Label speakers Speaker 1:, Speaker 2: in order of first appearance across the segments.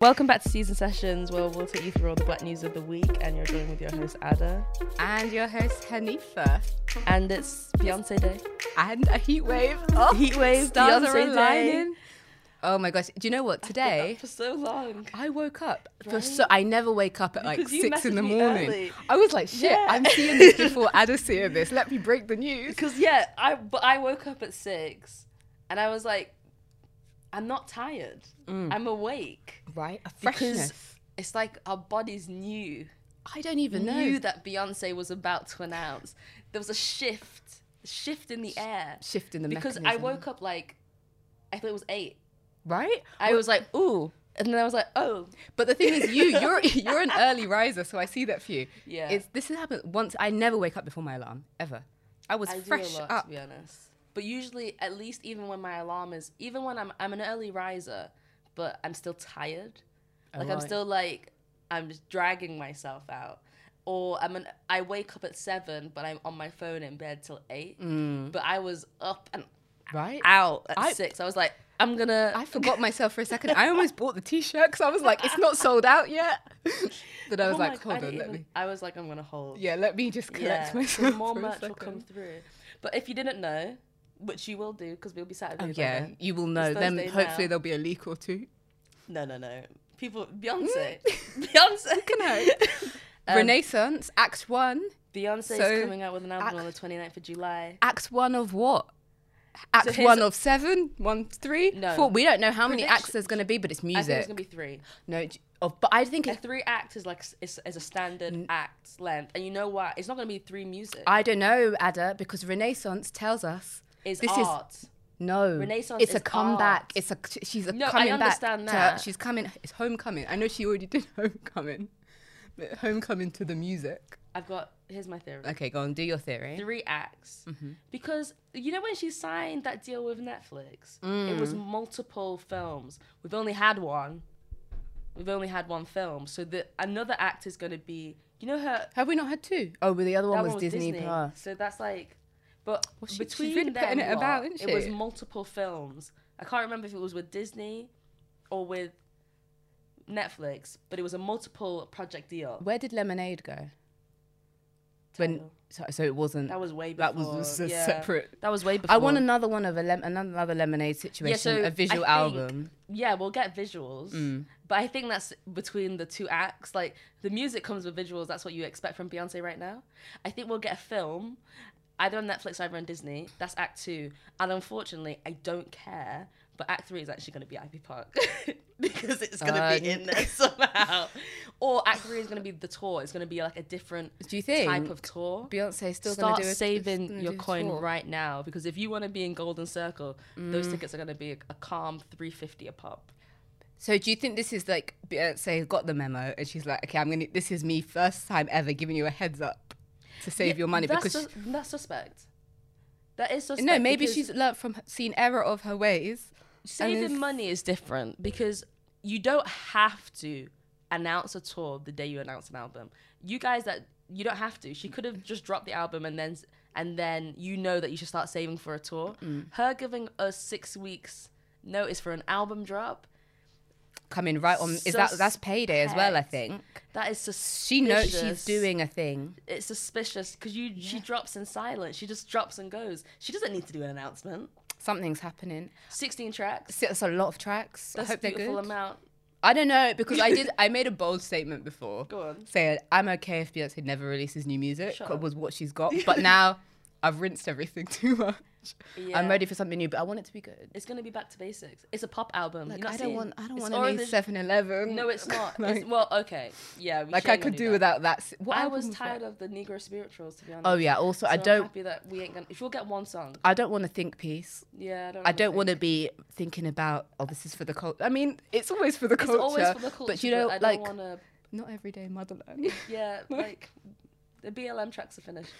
Speaker 1: Welcome back to Season Sessions, where we'll take you through all the black news of the week, and you're joined with your host Ada,
Speaker 2: And your host Hanifa.
Speaker 1: and it's Beyonce Day.
Speaker 2: And a heat wave. Oh,
Speaker 1: Heat wave,
Speaker 2: stars are
Speaker 1: Beyonce Day.
Speaker 2: aligning. Oh my gosh. Do you know what? Today
Speaker 1: for so long.
Speaker 2: I woke up for so I never wake up at like
Speaker 1: Because you
Speaker 2: six in
Speaker 1: messaged
Speaker 2: the
Speaker 1: me
Speaker 2: morning.
Speaker 1: early.
Speaker 2: I was like, shit,
Speaker 1: Yeah.
Speaker 2: I'm seeing this before Ada seeing this. Let me break the news.
Speaker 1: Because yeah, I but I woke up at six, and I was like, I'm not tired. I'm awake.
Speaker 2: Right? A
Speaker 1: Because it's like our bodies knew
Speaker 2: I don't even
Speaker 1: knew
Speaker 2: know.
Speaker 1: that Beyonce was about to announce. There was a shift, shift in the air.
Speaker 2: Shift in the
Speaker 1: because I
Speaker 2: mechanism.
Speaker 1: woke up like I thought it was eight.
Speaker 2: Right?
Speaker 1: I was like, ooh. And then I was like, oh,
Speaker 2: But the thing is, you you're you're an early riser, so I see that for you.
Speaker 1: Yeah.
Speaker 2: It's this has happened once. I never wake up before my alarm ever. I was
Speaker 1: I do
Speaker 2: fresh
Speaker 1: a lot
Speaker 2: up.
Speaker 1: to be honest. But usually, at least even when my alarm is, even when I'm I'm an early riser, but I'm still tired. Like I'm
Speaker 2: right.
Speaker 1: still like I'm just dragging myself out. Or I'm an I wake up at seven, but I'm on my phone in bed till eight.
Speaker 2: Mm.
Speaker 1: But I was up and
Speaker 2: Right?
Speaker 1: out at
Speaker 2: I-
Speaker 1: six. I was like, I'm gonna.
Speaker 2: I forgot myself for a second. I almost bought the t-shirt because I was like, it's not sold out yet. but I was
Speaker 1: Oh my
Speaker 2: like,
Speaker 1: God, I
Speaker 2: hold on,
Speaker 1: didn't
Speaker 2: let
Speaker 1: even-
Speaker 2: me.
Speaker 1: I was like, I'm gonna hold.
Speaker 2: Yeah, let me just collect
Speaker 1: Yeah,
Speaker 2: myself.
Speaker 1: the more
Speaker 2: for a
Speaker 1: merch will
Speaker 2: second.
Speaker 1: come through. But if you didn't know, which you will do, because we'll be Saturday.
Speaker 2: Oh,
Speaker 1: by
Speaker 2: yeah,
Speaker 1: then.
Speaker 2: you will know. Then
Speaker 1: Thursday
Speaker 2: hopefully
Speaker 1: now.
Speaker 2: there'll be a leak or two.
Speaker 1: No, no, no. People, Beyonce,
Speaker 2: Mm.
Speaker 1: Beyonce.
Speaker 2: Can I?
Speaker 1: Um,
Speaker 2: Renaissance, Act One.
Speaker 1: Beyonce's
Speaker 2: So,
Speaker 1: coming out with an album on the 29th of July.
Speaker 2: Act One of what? Act
Speaker 1: here's-
Speaker 2: One of seven, one, three,
Speaker 1: No.
Speaker 2: four. We don't know how many
Speaker 1: Prediction-
Speaker 2: acts there's going to be, but it's
Speaker 1: I think it's
Speaker 2: music.
Speaker 1: gonna be three.
Speaker 2: No, j- oh, but I think
Speaker 1: A
Speaker 2: it,
Speaker 1: three act is like s- is, is a standard act length, and you know what? It's not gonna be three music.
Speaker 2: I don't know, Ada, because Renaissance tells us
Speaker 1: it's
Speaker 2: this is
Speaker 1: art.
Speaker 2: No,
Speaker 1: Renaissance
Speaker 2: It's a
Speaker 1: is
Speaker 2: comeback.
Speaker 1: art.
Speaker 2: It's a she's a
Speaker 1: No, I
Speaker 2: coming
Speaker 1: understand
Speaker 2: back. to-
Speaker 1: that.
Speaker 2: she's coming. It's homecoming. I know she already did homecoming, but homecoming to the music.
Speaker 1: I've got. Here's my theory.
Speaker 2: Okay, go on. Do your theory.
Speaker 1: three acts
Speaker 2: Mm-hmm.
Speaker 1: because you know when she signed that deal with Netflix, it was
Speaker 2: Mm.
Speaker 1: multiple films. We've only had one. We've only had one film, so the another act is going to be you know her
Speaker 2: Have we not had two? Oh, well, the other one
Speaker 1: that
Speaker 2: was, Disney, Plus.
Speaker 1: So that's like, but
Speaker 2: she- she's
Speaker 1: between
Speaker 2: really
Speaker 1: them
Speaker 2: putting it
Speaker 1: lot,
Speaker 2: about, isn't
Speaker 1: it was
Speaker 2: she?
Speaker 1: multiple films. I can't remember if it was with Disney or with Netflix, but it was a multiple project deal.
Speaker 2: Where did Lemonade go? When so, so it wasn't.
Speaker 1: That was way before.
Speaker 2: That was just a
Speaker 1: yeah.
Speaker 2: separate-
Speaker 1: That was way before.
Speaker 2: I want another one of a lem- another Lemonade situation,
Speaker 1: so
Speaker 2: a visual
Speaker 1: I think-
Speaker 2: album. Mm.
Speaker 1: yeah, we'll get visuals. But I think that's between the two acts. Like the music comes with visuals. That's what you expect from Beyonce right now. I think we'll get a film, either on Netflix, either on Disney. That's Act Two. And unfortunately, I don't care. But Act Three is actually going to be Ivy Park because it's going to be
Speaker 2: Uh,
Speaker 1: in there somehow. or Act Three is going to be the tour. It's going to be like a different
Speaker 2: Do you think
Speaker 1: type of tour.
Speaker 2: Beyonce's still
Speaker 1: Start
Speaker 2: gonna do a,
Speaker 1: saving
Speaker 2: gonna
Speaker 1: your
Speaker 2: do a
Speaker 1: coin
Speaker 2: tour?
Speaker 1: right now because if you want to be in Golden Circle,
Speaker 2: Mm.
Speaker 1: those tickets are going to be a, a calm three fifty a pop.
Speaker 2: So do you think this is like Beyonce got the memo and she's like, okay, I'm gonna. This is me first time ever giving you a heads up to save your money
Speaker 1: that's
Speaker 2: because
Speaker 1: sus- that's suspect. That is suspect.
Speaker 2: no, maybe
Speaker 1: because
Speaker 2: she's learnt from seen error of her ways.
Speaker 1: saving
Speaker 2: and-
Speaker 1: money is different because you don't have to announce a tour the day you announce an album. You guys that you don't have to. She could have just dropped the album and then s- and then you know that you should start saving for a tour.
Speaker 2: Mm.
Speaker 1: Her giving us six weeks notice for an album drop.
Speaker 2: Coming right on is that that's payday as well? I think
Speaker 1: That is suspicious.
Speaker 2: she knows she's doing a thing.
Speaker 1: It's suspicious because you she drops in silence. She just drops and goes. She doesn't need to do an announcement.
Speaker 2: Something's happening.
Speaker 1: Sixteen tracks.
Speaker 2: So it's a lot of tracks.
Speaker 1: That's
Speaker 2: I hope
Speaker 1: a
Speaker 2: they're
Speaker 1: beautiful
Speaker 2: good.
Speaker 1: amount.
Speaker 2: I don't know because I did. I made a bold statement before.
Speaker 1: Go on.
Speaker 2: Saying I'm okay if Beyonce never releases new music
Speaker 1: Shut up.
Speaker 2: was what she's got, but now I've rinsed everything too much.
Speaker 1: Yeah.
Speaker 2: I'm ready for something new, but I want it to be good.
Speaker 1: It's gonna be back to basics. It's a pop album. You're
Speaker 2: Like,
Speaker 1: not
Speaker 2: I don't
Speaker 1: seeing-
Speaker 2: want. I don't
Speaker 1: it's
Speaker 2: want
Speaker 1: already-
Speaker 2: any 7-Eleven.
Speaker 1: No, it's not.
Speaker 2: like,
Speaker 1: it's, well, okay, yeah. We
Speaker 2: like
Speaker 1: she
Speaker 2: I
Speaker 1: ain't gonna
Speaker 2: could do
Speaker 1: that.
Speaker 2: without that. s- What
Speaker 1: I
Speaker 2: album
Speaker 1: was
Speaker 2: that?
Speaker 1: tired of the Negro spirituals, to be honest.
Speaker 2: Oh yeah. Also, I
Speaker 1: So I'm
Speaker 2: don't.
Speaker 1: happy that we ain't gonna. If we'll get one song,
Speaker 2: I don't want to think piece.
Speaker 1: yeah. I don't.
Speaker 2: I don't want to be thinking about. Oh, this is for the culture. I mean, it's always for the
Speaker 1: It's
Speaker 2: culture.
Speaker 1: always for the culture,
Speaker 2: But you know,
Speaker 1: I don't
Speaker 2: like
Speaker 1: wanna,
Speaker 2: not everyday motherland.
Speaker 1: yeah, like the BLM tracks are finished.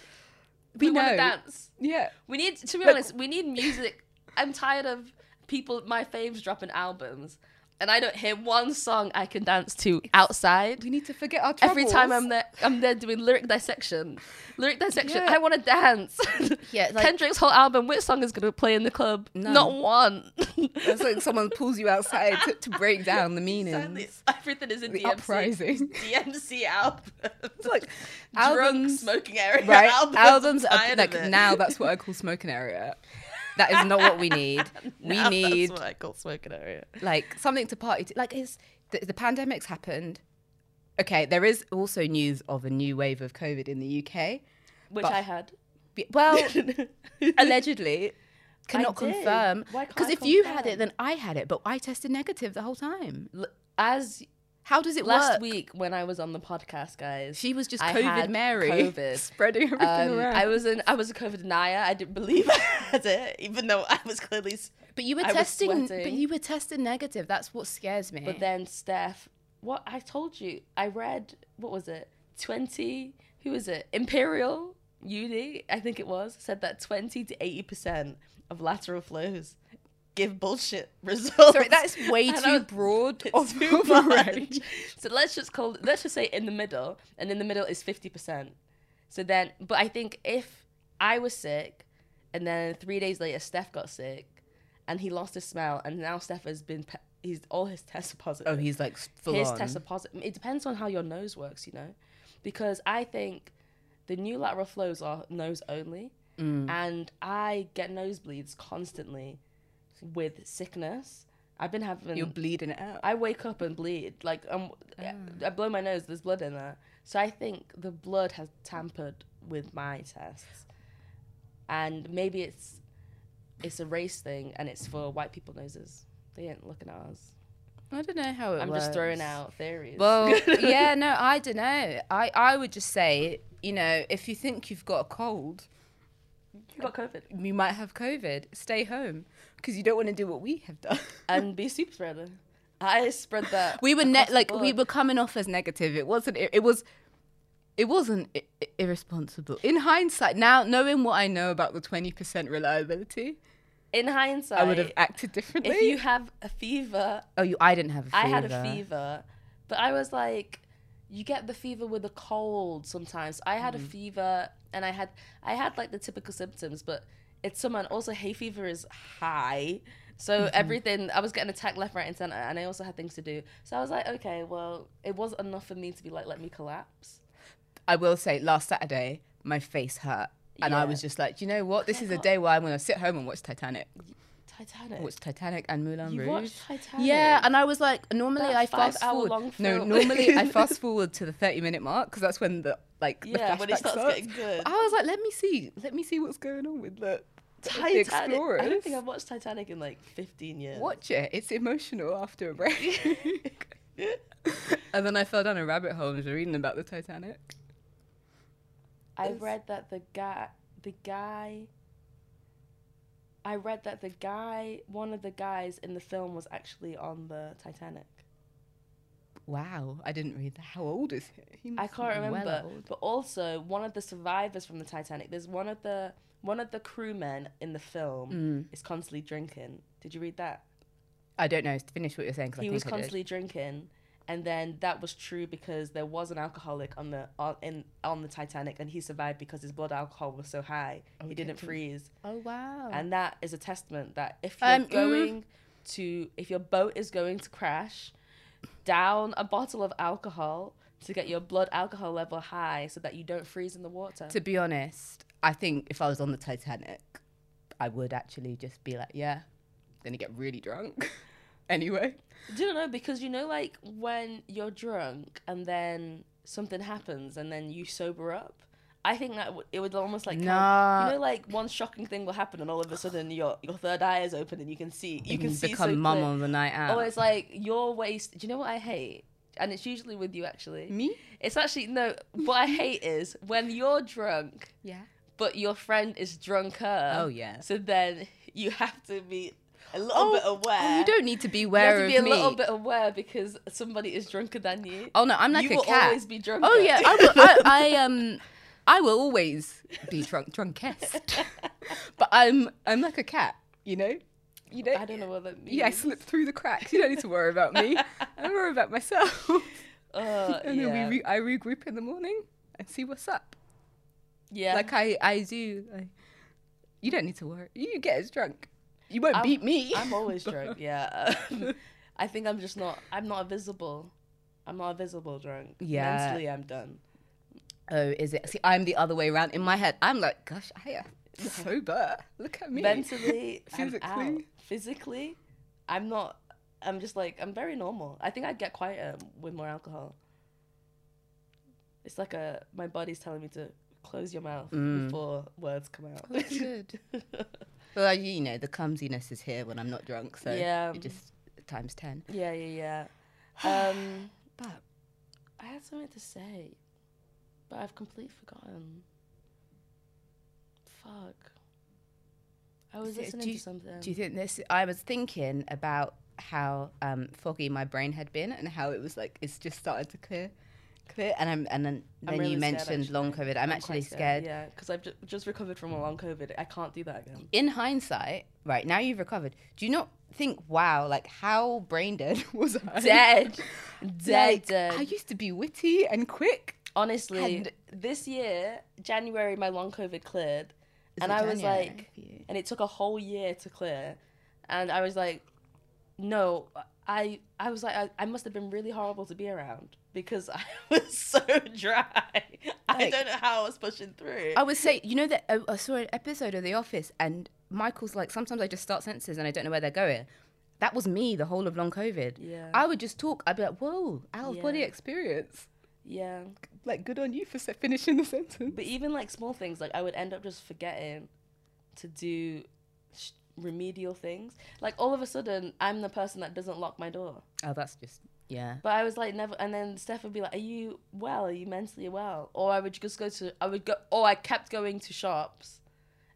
Speaker 2: We
Speaker 1: wanna
Speaker 2: know.
Speaker 1: dance.
Speaker 2: yeah.
Speaker 1: We need to be
Speaker 2: Look-
Speaker 1: honest. We need music. I'm tired of people, my faves dropping albums, and I don't hear one song I can dance to outside.
Speaker 2: We need to forget our troubles.
Speaker 1: Every time I'm there, I'm there doing lyric dissection. Lyric dissection.
Speaker 2: Yeah.
Speaker 1: I want to dance.
Speaker 2: Yeah, like-
Speaker 1: Kendrick's whole album. Which song is gonna play in the club?
Speaker 2: None.
Speaker 1: Not one.
Speaker 2: It's like someone pulls you outside to, to break down the meaning.
Speaker 1: Sadly, everything is in
Speaker 2: The
Speaker 1: DMC.
Speaker 2: uprising.
Speaker 1: DMC album.
Speaker 2: It's like
Speaker 1: Drunk
Speaker 2: albums,
Speaker 1: smoking area.
Speaker 2: right?
Speaker 1: Albums,
Speaker 2: albums
Speaker 1: I'm
Speaker 2: are
Speaker 1: tired
Speaker 2: like
Speaker 1: of it.
Speaker 2: now. That's what I call smoking area. That is not what we need. we
Speaker 1: Now
Speaker 2: need
Speaker 1: That's what I call smoking area.
Speaker 2: like something to party to. Like it's the, the pandemic's happened. Okay, there is also news of a new wave of COVID in the UK.
Speaker 1: Which
Speaker 2: But-
Speaker 1: I had.
Speaker 2: Be- Well, allegedly, cannot
Speaker 1: did.
Speaker 2: confirm.
Speaker 1: Why can't
Speaker 2: Because
Speaker 1: I
Speaker 2: if you had
Speaker 1: confirm?
Speaker 2: it, then I had it, but I tested negative the whole time.
Speaker 1: L- As
Speaker 2: How does it
Speaker 1: last
Speaker 2: work?
Speaker 1: week when I was on the podcast, guys,
Speaker 2: She was just
Speaker 1: I
Speaker 2: COVID
Speaker 1: had
Speaker 2: Mary,
Speaker 1: COVID.
Speaker 2: spreading everything
Speaker 1: um,
Speaker 2: around.
Speaker 1: I was in I was a COVID denier. I didn't believe I had it, even though I was clearly. s-
Speaker 2: But you were
Speaker 1: I was
Speaker 2: testing. But
Speaker 1: sweating.
Speaker 2: you were tested negative. That's what scares me.
Speaker 1: But then Steph, what I told you, I read what was it? Twenty. Who was it? Imperial Uni, I think it was, said that twenty to eighty percent of lateral flows give bullshit results.
Speaker 2: Sorry, that's way
Speaker 1: And I
Speaker 2: too
Speaker 1: was-
Speaker 2: broad.
Speaker 1: It's
Speaker 2: of
Speaker 1: too
Speaker 2: of a
Speaker 1: much.
Speaker 2: range.
Speaker 1: So let's just call let's just say in the middle, and in the middle is fifty percent. So then, but I think if I was sick, and then three days later Steph got sick, and he lost his smell, and now Steph has been pe- he's all his tests are
Speaker 2: Oh,
Speaker 1: positive.
Speaker 2: he's like full
Speaker 1: his
Speaker 2: on.
Speaker 1: tests are positive. It depends on how your nose works, you know, because I think the new lateral flows are nose only,
Speaker 2: Mm.
Speaker 1: and I get nosebleeds constantly with sickness. I've been having
Speaker 2: You're bleeding it out.
Speaker 1: I wake up and bleed. Like um,
Speaker 2: Mm.
Speaker 1: I blow my nose. There's blood in there. So I think the blood has tampered with my tests, and maybe it's it's a race thing, and it's for white people noses. They ain't looking at us.
Speaker 2: I don't know how it
Speaker 1: I'm just throwing out theories.
Speaker 2: Well, yeah, no, I don't know. I I would just say, you know, if you think you've got a cold,
Speaker 1: you got COVID
Speaker 2: you might have COVID. Stay home because you don't want to do what we have done.
Speaker 1: and be super spreader. I spread that.
Speaker 2: we were
Speaker 1: across
Speaker 2: net
Speaker 1: the
Speaker 2: like we
Speaker 1: board.
Speaker 2: were coming off as negative it wasn't it, it was it wasn't I- i- irresponsible in hindsight now knowing what i know about the 20% reliability
Speaker 1: in hindsight.
Speaker 2: i would have acted differently
Speaker 1: If you have a fever
Speaker 2: oh you i didn't have a fever
Speaker 1: I had a fever, but I was like, you get the fever with a cold sometimes. I had a
Speaker 2: Mm-hmm.
Speaker 1: fever and I had I had like the typical symptoms, but it's summer and also hay fever is high.
Speaker 2: Mm-hmm.
Speaker 1: So everything I was getting attacked left, right, and center, and I also had things to do. So I was like, okay, well, it was enough for me to be like, let me collapse.
Speaker 2: i will say last saturday my face hurt and i
Speaker 1: Yeah.
Speaker 2: was just like you know what this is a day where i'm gonna sit home and watch titanic
Speaker 1: Titanic.
Speaker 2: watch titanic and moulin
Speaker 1: you
Speaker 2: rouge
Speaker 1: watched Titanic.
Speaker 2: Yeah, and I was like, normally
Speaker 1: That
Speaker 2: I fast
Speaker 1: five-hour
Speaker 2: forward.
Speaker 1: long
Speaker 2: No,
Speaker 1: film.
Speaker 2: normally I fast forward to the thirty-minute mark because that's when the like
Speaker 1: Yeah,
Speaker 2: the flashback
Speaker 1: when it starts getting good.
Speaker 2: I was like, let me see, let me see what's going on with the The
Speaker 1: Titanic.
Speaker 2: Explorers.
Speaker 1: I don't think I've watched Titanic in like 15 years.
Speaker 2: Watch it. It's emotional after a break. and then I fell down a rabbit hole and was reading about the Titanic.
Speaker 1: I
Speaker 2: It's-
Speaker 1: read that the guy, the guy. I read that the guy, one of the guys in the film, was actually on the Titanic.
Speaker 2: Wow, I didn't read that. How old is he? he
Speaker 1: I
Speaker 2: must
Speaker 1: can't
Speaker 2: be well
Speaker 1: remember,
Speaker 2: old.
Speaker 1: but also one of the survivors from the Titanic. There's one of the one of the crewmen in the film
Speaker 2: Mm.
Speaker 1: is constantly drinking. Did you read that?
Speaker 2: Hmm. I don't know. Finish what you're saying because I
Speaker 1: he
Speaker 2: think
Speaker 1: was
Speaker 2: I did.
Speaker 1: constantly drinking and then that was true because there was an alcoholic on the on in on the Titanic and he survived because his blood alcohol was so high he didn't freeze
Speaker 2: Oh wow.
Speaker 1: and that is a testament that if you're
Speaker 2: Um, mm.
Speaker 1: going to if your boat is going to crash down a bottle of alcohol to get your blood alcohol level high so that you don't freeze in the water
Speaker 2: to be honest, I think if I was on the Titanic, I would actually just be like, yeah, gonna get really drunk. anyway,
Speaker 1: do you know because you know like when you're drunk and then something happens and then you sober up I think that w- it would almost like
Speaker 2: Nah.
Speaker 1: count. you know like one shocking thing will happen and all of a sudden your your third eye is open and you can see you can see
Speaker 2: become
Speaker 1: so
Speaker 2: mum
Speaker 1: clear.
Speaker 2: on the night out.
Speaker 1: Oh, it's like your waist. Do you know what I hate? And it's usually with you actually.
Speaker 2: me?
Speaker 1: It's actually no. What I hate is when you're drunk,
Speaker 2: Yeah.
Speaker 1: but your friend is drunker.
Speaker 2: Oh, yeah.
Speaker 1: So then you have to be a little
Speaker 2: Oh,
Speaker 1: bit aware.
Speaker 2: Oh, you don't need to be
Speaker 1: You
Speaker 2: aware
Speaker 1: have to
Speaker 2: of
Speaker 1: be a
Speaker 2: me.
Speaker 1: little bit aware because somebody is drunker than you.
Speaker 2: Oh no, I'm like
Speaker 1: you
Speaker 2: a
Speaker 1: will
Speaker 2: cat.
Speaker 1: always be drunk.
Speaker 2: Oh yeah, I will. I, I um, I will always be drunk, drunkest. but I'm I'm like a cat, you know. you know,
Speaker 1: I don't know what that means.
Speaker 2: yeah, I slipped through the cracks. You don't need to worry about me. I worry about myself.
Speaker 1: Uh,
Speaker 2: and then
Speaker 1: yeah.
Speaker 2: we re- I regroup in the morning and see what's up.
Speaker 1: yeah.
Speaker 2: Like I, I do. Like, you don't need to worry. You get as drunk. You won't
Speaker 1: I'm-
Speaker 2: beat me.
Speaker 1: I'm always drunk. Yeah. Um, I think I'm just not. I'm not a visible. I'm not a visible drunk.
Speaker 2: Yeah.
Speaker 1: Mentally, I'm done.
Speaker 2: Oh, is it? See, I'm the other way around. In my head, I'm like, gosh, I am sober. Look at me.
Speaker 1: Mentally, I'm out.
Speaker 2: Physically?
Speaker 1: Physically, I'm not. I'm just like I'm very normal. I think I'd get quieter with more alcohol. It's like a my body's telling me to close your mouth
Speaker 2: Mm.
Speaker 1: before words come out.
Speaker 2: That's good. well, you know, the clumsiness is here when I'm not drunk, so
Speaker 1: Yeah. Um,
Speaker 2: it just times ten.
Speaker 1: yeah, yeah, yeah. Um,
Speaker 2: But
Speaker 1: I had something to say, but I've completely forgotten. Fuck. I was
Speaker 2: So
Speaker 1: listening
Speaker 2: do you-
Speaker 1: to something.
Speaker 2: do you think this? I was thinking about how um, foggy my brain had been and how it was like it's just starting to clear, clear. And I'm and then, then
Speaker 1: really
Speaker 2: you
Speaker 1: scared,
Speaker 2: mentioned
Speaker 1: actually.
Speaker 2: long COVID. I'm, actually
Speaker 1: quite
Speaker 2: scared.
Speaker 1: Yeah, because I've ju- just recovered from a long COVID. I can't do that again.
Speaker 2: In hindsight, right now you've recovered. Do you not think? Wow, like how brain dead was I?
Speaker 1: Dead. Dead,
Speaker 2: Like,
Speaker 1: dead.
Speaker 2: I used to be witty and quick.
Speaker 1: Honestly,
Speaker 2: And-
Speaker 1: this year, January, my long COVID cleared. and
Speaker 2: it
Speaker 1: I was
Speaker 2: January
Speaker 1: like,
Speaker 2: for you?
Speaker 1: and it took a whole year to clear. And I was like, no, I, I was like, I, I must have been really horrible to be around because I was so dry. I
Speaker 2: Like-
Speaker 1: don't know how I was pushing through.
Speaker 2: I would say, you know that uh, I, I saw an episode of The Office, and Michael's like, sometimes I just start sentences and I don't know where they're going. That was me the whole of long COVID.
Speaker 1: Yeah.
Speaker 2: I would just talk. I'd be like, whoa, out of body
Speaker 1: Yeah.
Speaker 2: experience.
Speaker 1: yeah.
Speaker 2: Like, good on you for se- finishing the sentence.
Speaker 1: But even like small things, like I would end up just forgetting to do sh- remedial things. Like all of a sudden, I'm the person that doesn't lock my door.
Speaker 2: Oh, that's just yeah.
Speaker 1: But I was like never, and then Steph would be like, "Are you well? Are you mentally well?" Or I would just go to, I would go, or I kept going to shops,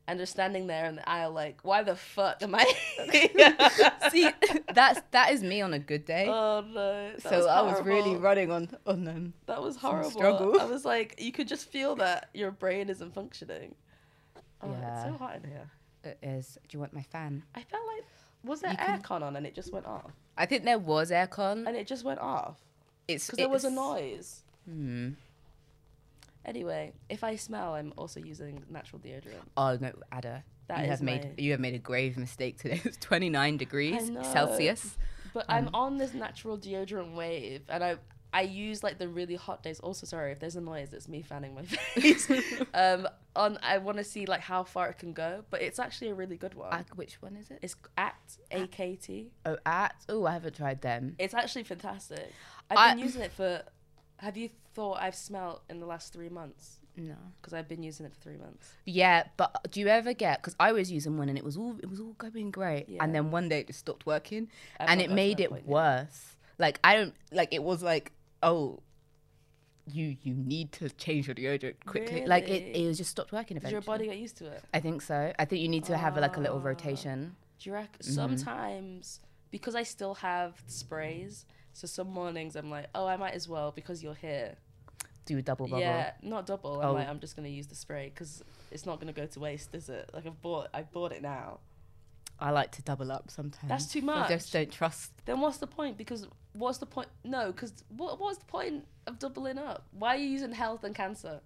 Speaker 1: and just standing there in the aisle, like, "Why the fuck am I?"
Speaker 2: See, that's that is me on a good day.
Speaker 1: oh no! That
Speaker 2: so I was really
Speaker 1: horrible.
Speaker 2: running on on them.
Speaker 1: That was horrible.
Speaker 2: struggle.
Speaker 1: I was like, you could just feel that your brain isn't functioning. Oh, it's so
Speaker 2: Yeah.
Speaker 1: hot in here.
Speaker 2: It is. Do you want my fan?
Speaker 1: I felt like was there aircon on and it just went off,
Speaker 2: I think there was aircon.
Speaker 1: and it just went off
Speaker 2: It's
Speaker 1: because there was a
Speaker 2: it's-
Speaker 1: noise.
Speaker 2: Hmm.
Speaker 1: Anyway, if I smell, I'm also using natural deodorant.
Speaker 2: Oh no, Ada.
Speaker 1: That
Speaker 2: you
Speaker 1: is
Speaker 2: have made
Speaker 1: my-
Speaker 2: you have made a grave mistake today. It's 29 degrees
Speaker 1: know.
Speaker 2: Celsius.
Speaker 1: But
Speaker 2: Um,
Speaker 1: I'm on this natural deodorant wave, and I I use like the really hot days. Also, sorry if there's a noise, it's me fanning my face. um, on I want to see like how far it can go, but it's actually a really good one.
Speaker 2: Ac- Uh, which one is it?
Speaker 1: it's Act AKT.
Speaker 2: Oh, at oh, I haven't tried them.
Speaker 1: It's actually fantastic. I've been
Speaker 2: I-
Speaker 1: using it for. Have you thought I've smelled in the last three months?
Speaker 2: No.
Speaker 1: Because I've been using it for three months.
Speaker 2: Yeah, but uh, do you ever get? Because I was using one and it was all it was all going great,
Speaker 1: Yeah.
Speaker 2: and then one day it just stopped working,
Speaker 1: I've
Speaker 2: and
Speaker 1: not
Speaker 2: it
Speaker 1: got to
Speaker 2: made
Speaker 1: that
Speaker 2: it
Speaker 1: point yet.
Speaker 2: worse. Like I don't like it was like oh. You, you need to change your deodorant quickly. Like it,
Speaker 1: Really?
Speaker 2: it was just stopped working
Speaker 1: Does
Speaker 2: eventually.
Speaker 1: your body get used to it?
Speaker 2: I think so. I think you need to have like a little
Speaker 1: Ah.
Speaker 2: rotation.
Speaker 1: Do you reckon?
Speaker 2: Mm-hmm.
Speaker 1: Sometimes, because I still have sprays, so some mornings I'm like, oh, I might as well because you're here.
Speaker 2: Do a double bubble.
Speaker 1: Yeah, not double. I'm
Speaker 2: Oh.
Speaker 1: like, I'm just gonna use the spray because it's not gonna go to waste, is it? Like I've bought, I bought it now.
Speaker 2: Mm-hmm. I like to double up sometimes.
Speaker 1: That's too
Speaker 2: I just
Speaker 1: much.
Speaker 2: don't trust.
Speaker 1: Then what's the point? Because what's the point? No, because what what's the point of doubling up? Why are you using health and cancer?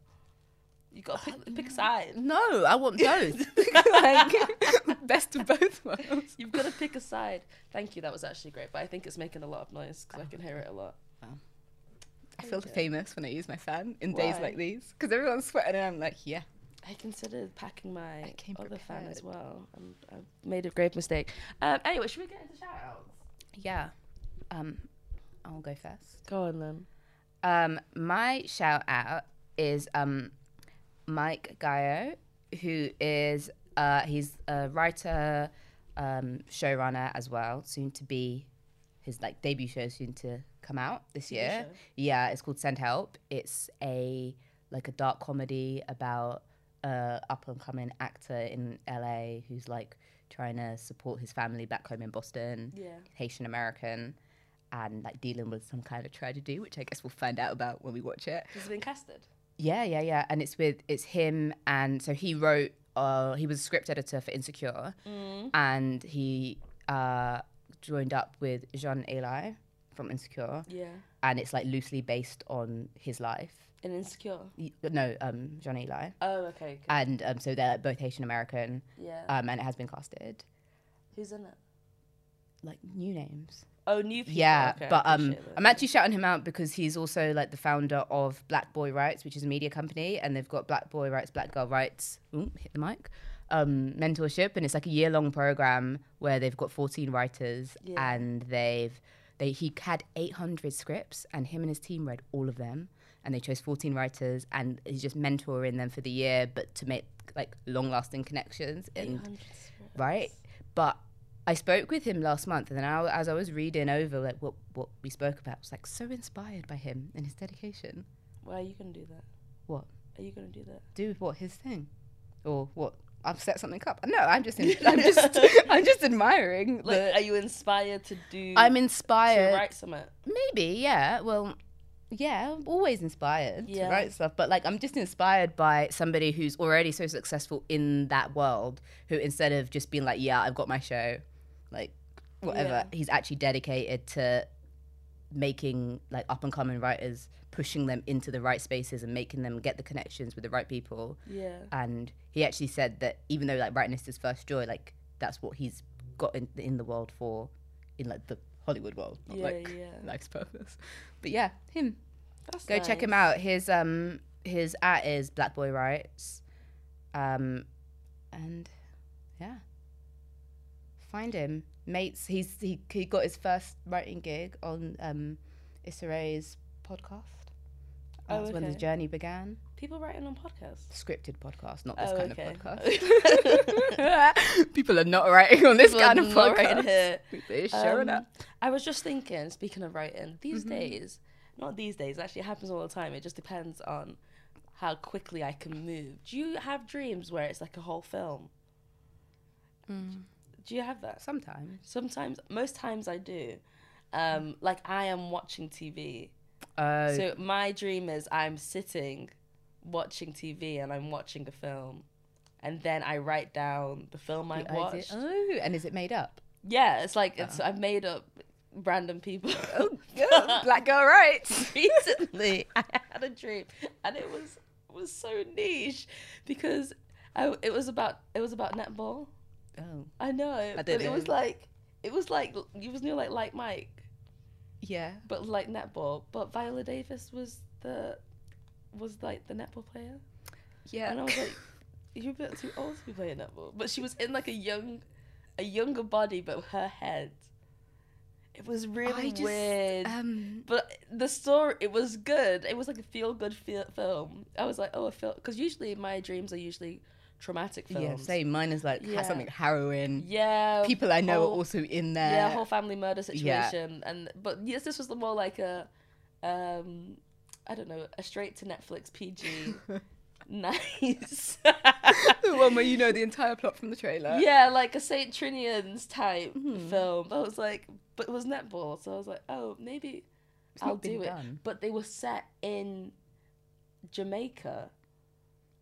Speaker 1: You gotta pick, pick a side.
Speaker 2: No, I want both. like, best of both worlds.
Speaker 1: You've got to pick a side. Thank you. That was actually great, but I think it's making a lot of noise because I can hear it a lot.
Speaker 2: I feel famous when I use my fan in days
Speaker 1: Why?
Speaker 2: like these because everyone's sweating and I'm like, yeah.
Speaker 1: I considered packing my
Speaker 2: came
Speaker 1: other fan as well. Um, I made a grave mistake. Um, anyway, should we get into shout outs?
Speaker 2: Yeah. Um, I'll go first.
Speaker 1: Go on then.
Speaker 2: Um, my shout out is um, Mike Gaio, who is uh, he's a writer, um, showrunner as well. Soon to be his like debut show, soon to come out this year.
Speaker 1: show?
Speaker 2: Yeah, it's called Send Help. It's a like a dark comedy about a up and coming actor in LA who's like trying to support his family back home in Boston.
Speaker 1: Yeah.
Speaker 2: Haitian American and like dealing with some kind of tragedy, which I guess we'll find out about when we watch it.
Speaker 1: Has it been casted?
Speaker 2: Yeah, yeah, yeah. And it's with it's him Mm. and so he wrote uh he was a script editor for Insecure and he uh, joined up with Jean Eli from Insecure,
Speaker 1: Yeah.
Speaker 2: and it's like loosely based on his life.
Speaker 1: And insecure.
Speaker 2: Y- No, um, Jean Eli,
Speaker 1: Oh, okay. Good.
Speaker 2: and um, so they're like, both Haitian American,
Speaker 1: yeah.
Speaker 2: um, and it has been casted
Speaker 1: Who's in it?
Speaker 2: like new names.
Speaker 1: Oh, new people.
Speaker 2: Yeah,
Speaker 1: Okay, I
Speaker 2: but um,
Speaker 1: appreciate that.
Speaker 2: I'm actually shouting him out because he's also like the founder of Black Boy Rights, which is a media company, and they've got Black Boy Rights, Black Girl Rights. Ooh, hit the mic. Um, mentorship, and it's like a year long program where they've got 14 writers,
Speaker 1: Yeah.
Speaker 2: and they've they he had 800 scripts, and him and his team read all of them, and they chose 14 writers, and he's just mentoring them for the year, but to make like long lasting connections and
Speaker 1: 800 scripts.
Speaker 2: right? But I spoke with him last month, and then I, as I was reading over like what what we spoke about, I was like so inspired by him and his dedication.
Speaker 1: Why are you gonna do that?
Speaker 2: What?
Speaker 1: Are you gonna do that?
Speaker 2: Do what his thing, or what? I've set something up. No, I'm just in, I'm just I'm just admiring.
Speaker 1: Like,
Speaker 2: the-
Speaker 1: are you inspired to do?
Speaker 2: I'm
Speaker 1: to
Speaker 2: inspired.
Speaker 1: write something.
Speaker 2: Maybe, yeah. Well, yeah, I'm always inspired
Speaker 1: Yeah.
Speaker 2: to write stuff, but like I'm just inspired by somebody who's already so successful in that world who instead of just being like, yeah, I've got my show, like whatever, he's actually dedicated to making like up and coming writers, pushing them into the right spaces and making them get the connections with the right people.
Speaker 1: Yeah.
Speaker 2: And he actually said that even though like writing is his first joy, like that's what he's got in, in the world for in like the Hollywood world, not
Speaker 1: Yeah.
Speaker 2: like
Speaker 1: yeah.
Speaker 2: life's purpose. But yeah, him.
Speaker 1: That's
Speaker 2: Go check him
Speaker 1: nice.
Speaker 2: out. His um his at is Black Boy Rights. Um and yeah. Find him. Mates, he's he, he got his first writing gig on um Issa Rae's podcast.
Speaker 1: Oh,
Speaker 2: That's when the
Speaker 1: okay.
Speaker 2: journey began.
Speaker 1: People writing on podcasts.
Speaker 2: Scripted podcast, not this
Speaker 1: Oh,
Speaker 2: kind
Speaker 1: okay.
Speaker 2: of podcast. People are not writing on this
Speaker 1: People
Speaker 2: kind
Speaker 1: are
Speaker 2: of
Speaker 1: not
Speaker 2: podcast.
Speaker 1: writing here.
Speaker 2: They're showing
Speaker 1: Um,
Speaker 2: up.
Speaker 1: I was just thinking, speaking of writing, these
Speaker 2: Mm-hmm.
Speaker 1: days, not these days, actually, it happens all the time. It just depends on how quickly I can move. Do you have dreams where it's like a whole film?
Speaker 2: Mm.
Speaker 1: Do you have that?
Speaker 2: Sometimes.
Speaker 1: Sometimes, most times I do. Um, like I am watching TV.
Speaker 2: Oh,
Speaker 1: So my dream is I'm sitting watching TV and I'm watching a film. And then I write down the film I
Speaker 2: I did-
Speaker 1: watched.
Speaker 2: Oh, Ah. and is it made up?
Speaker 1: Yeah, it's like it's I've made up random people.
Speaker 2: Oh, Black girl rights.
Speaker 1: recently I had a dream and it was was so niche because I, it was about it was about netball.
Speaker 2: Oh,
Speaker 1: I know, but
Speaker 2: don't
Speaker 1: it
Speaker 2: know.
Speaker 1: was like it was like you was near like like Mike,
Speaker 2: yeah.
Speaker 1: but like netball. But Viola Davis was the was like the netball player,
Speaker 2: Yeah.
Speaker 1: and I was like, you're a bit too old to be playing netball. But she was in like a young, a younger body, but her head. It was really weird.
Speaker 2: Um,
Speaker 1: But the story, it was good. It was like a feel good feel- film. I was like, oh, I feel because usually my dreams are usually traumatic films.
Speaker 2: yeah, same. Mine is like ha-
Speaker 1: Yeah.
Speaker 2: something harrowing.
Speaker 1: Yeah,
Speaker 2: People I know
Speaker 1: whole-
Speaker 2: are also in there.
Speaker 1: yeah, whole family murder
Speaker 2: yeah.
Speaker 1: situation. And but yes, this was the more like a, um, I don't know, a straight to Netflix PG, nice.
Speaker 2: the one where you know the entire plot from the trailer.
Speaker 1: yeah, like a Saint Trinian's type
Speaker 2: Mm-hmm.
Speaker 1: film. I was like, but it was netball, so I was like, oh, maybe
Speaker 2: It's not
Speaker 1: I'll
Speaker 2: been
Speaker 1: do it.
Speaker 2: done.
Speaker 1: But they were set in Jamaica.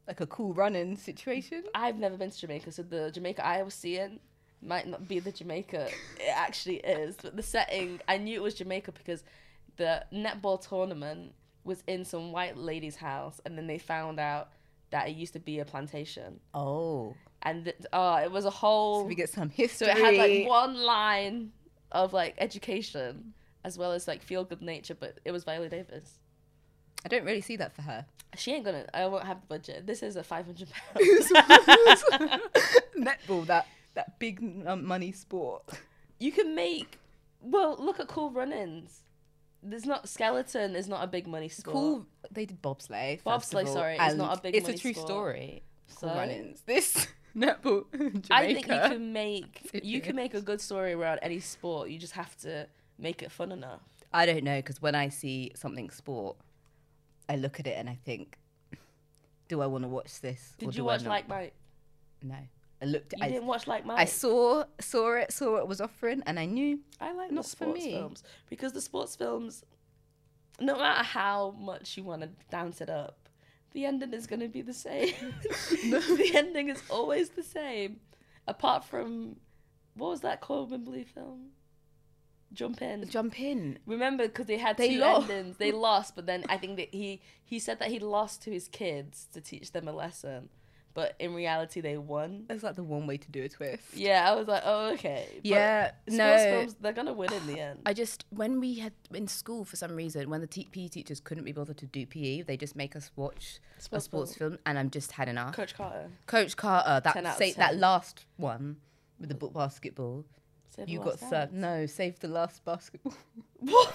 Speaker 2: Like a cool running situation.
Speaker 1: I've never been to Jamaica, so the Jamaica I was seeing might not be the Jamaica it actually is. But the setting, I knew it was Jamaica because the netball tournament was in some white lady's house, and then they found out that it used to be a plantation.
Speaker 2: Oh.
Speaker 1: And th- oh, it was a whole.
Speaker 2: So we get some history.
Speaker 1: So it had like one line of like education as well as like feel good nature, but it was Viola Davis.
Speaker 2: I don't really see that for her.
Speaker 1: She ain't gonna. I won't have the budget. This is a five hundred pounds.
Speaker 2: Netball, that that big um, money sport.
Speaker 1: you can make. Well, look at Cool Runnings. There's not skeleton is not a big money sport.
Speaker 2: Cool. They did bobsleigh. first
Speaker 1: Bobsleigh,
Speaker 2: of all,
Speaker 1: sorry, it's
Speaker 2: and
Speaker 1: not a big
Speaker 2: It's
Speaker 1: money
Speaker 2: a true
Speaker 1: sport.
Speaker 2: story.
Speaker 1: so
Speaker 2: Cool run-ins. This netball. Jamaica.
Speaker 1: I think you can make
Speaker 2: It
Speaker 1: you can make a good story around any sport. You just have to make it fun enough.
Speaker 2: I don't know because when I see something sport, I look at it and I think, do I want to watch this? or
Speaker 1: Did
Speaker 2: do
Speaker 1: you
Speaker 2: I
Speaker 1: watch
Speaker 2: not?
Speaker 1: Like Mike?
Speaker 2: No, I looked.
Speaker 1: You
Speaker 2: I,
Speaker 1: didn't watch Like Mike.
Speaker 2: I saw saw it saw what it was offering and I knew.
Speaker 1: I like
Speaker 2: Not
Speaker 1: the
Speaker 2: for
Speaker 1: sports
Speaker 2: me.
Speaker 1: films because the sports films, no matter how much you want to dance it up, the ending is going to be the same. the ending is always the same, apart from What was that Corbin Blue film? Jump in.
Speaker 2: Jump in.
Speaker 1: Remember, because they had
Speaker 2: They
Speaker 1: two
Speaker 2: lost.
Speaker 1: endings. They lost, but then I think that he he said that he lost to his kids to teach them a lesson, but in reality they won.
Speaker 2: That's like the one way to do a twist.
Speaker 1: Yeah, I was like, oh okay. But
Speaker 2: Yeah,
Speaker 1: sports
Speaker 2: no.
Speaker 1: films, they're gonna win in the end.
Speaker 2: I just when we had in school for some reason when the t- PE teachers couldn't be bothered to do PE, they just make us watch a
Speaker 1: Sports
Speaker 2: sports film, and I'm just had enough.
Speaker 1: Coach Carter.
Speaker 2: Coach Carter,
Speaker 1: 10 out
Speaker 2: that
Speaker 1: of
Speaker 2: say, that
Speaker 1: 10.
Speaker 2: last one with the bu- basketball,
Speaker 1: Save the
Speaker 2: you got
Speaker 1: last
Speaker 2: served. No, save the last basketball.
Speaker 1: What?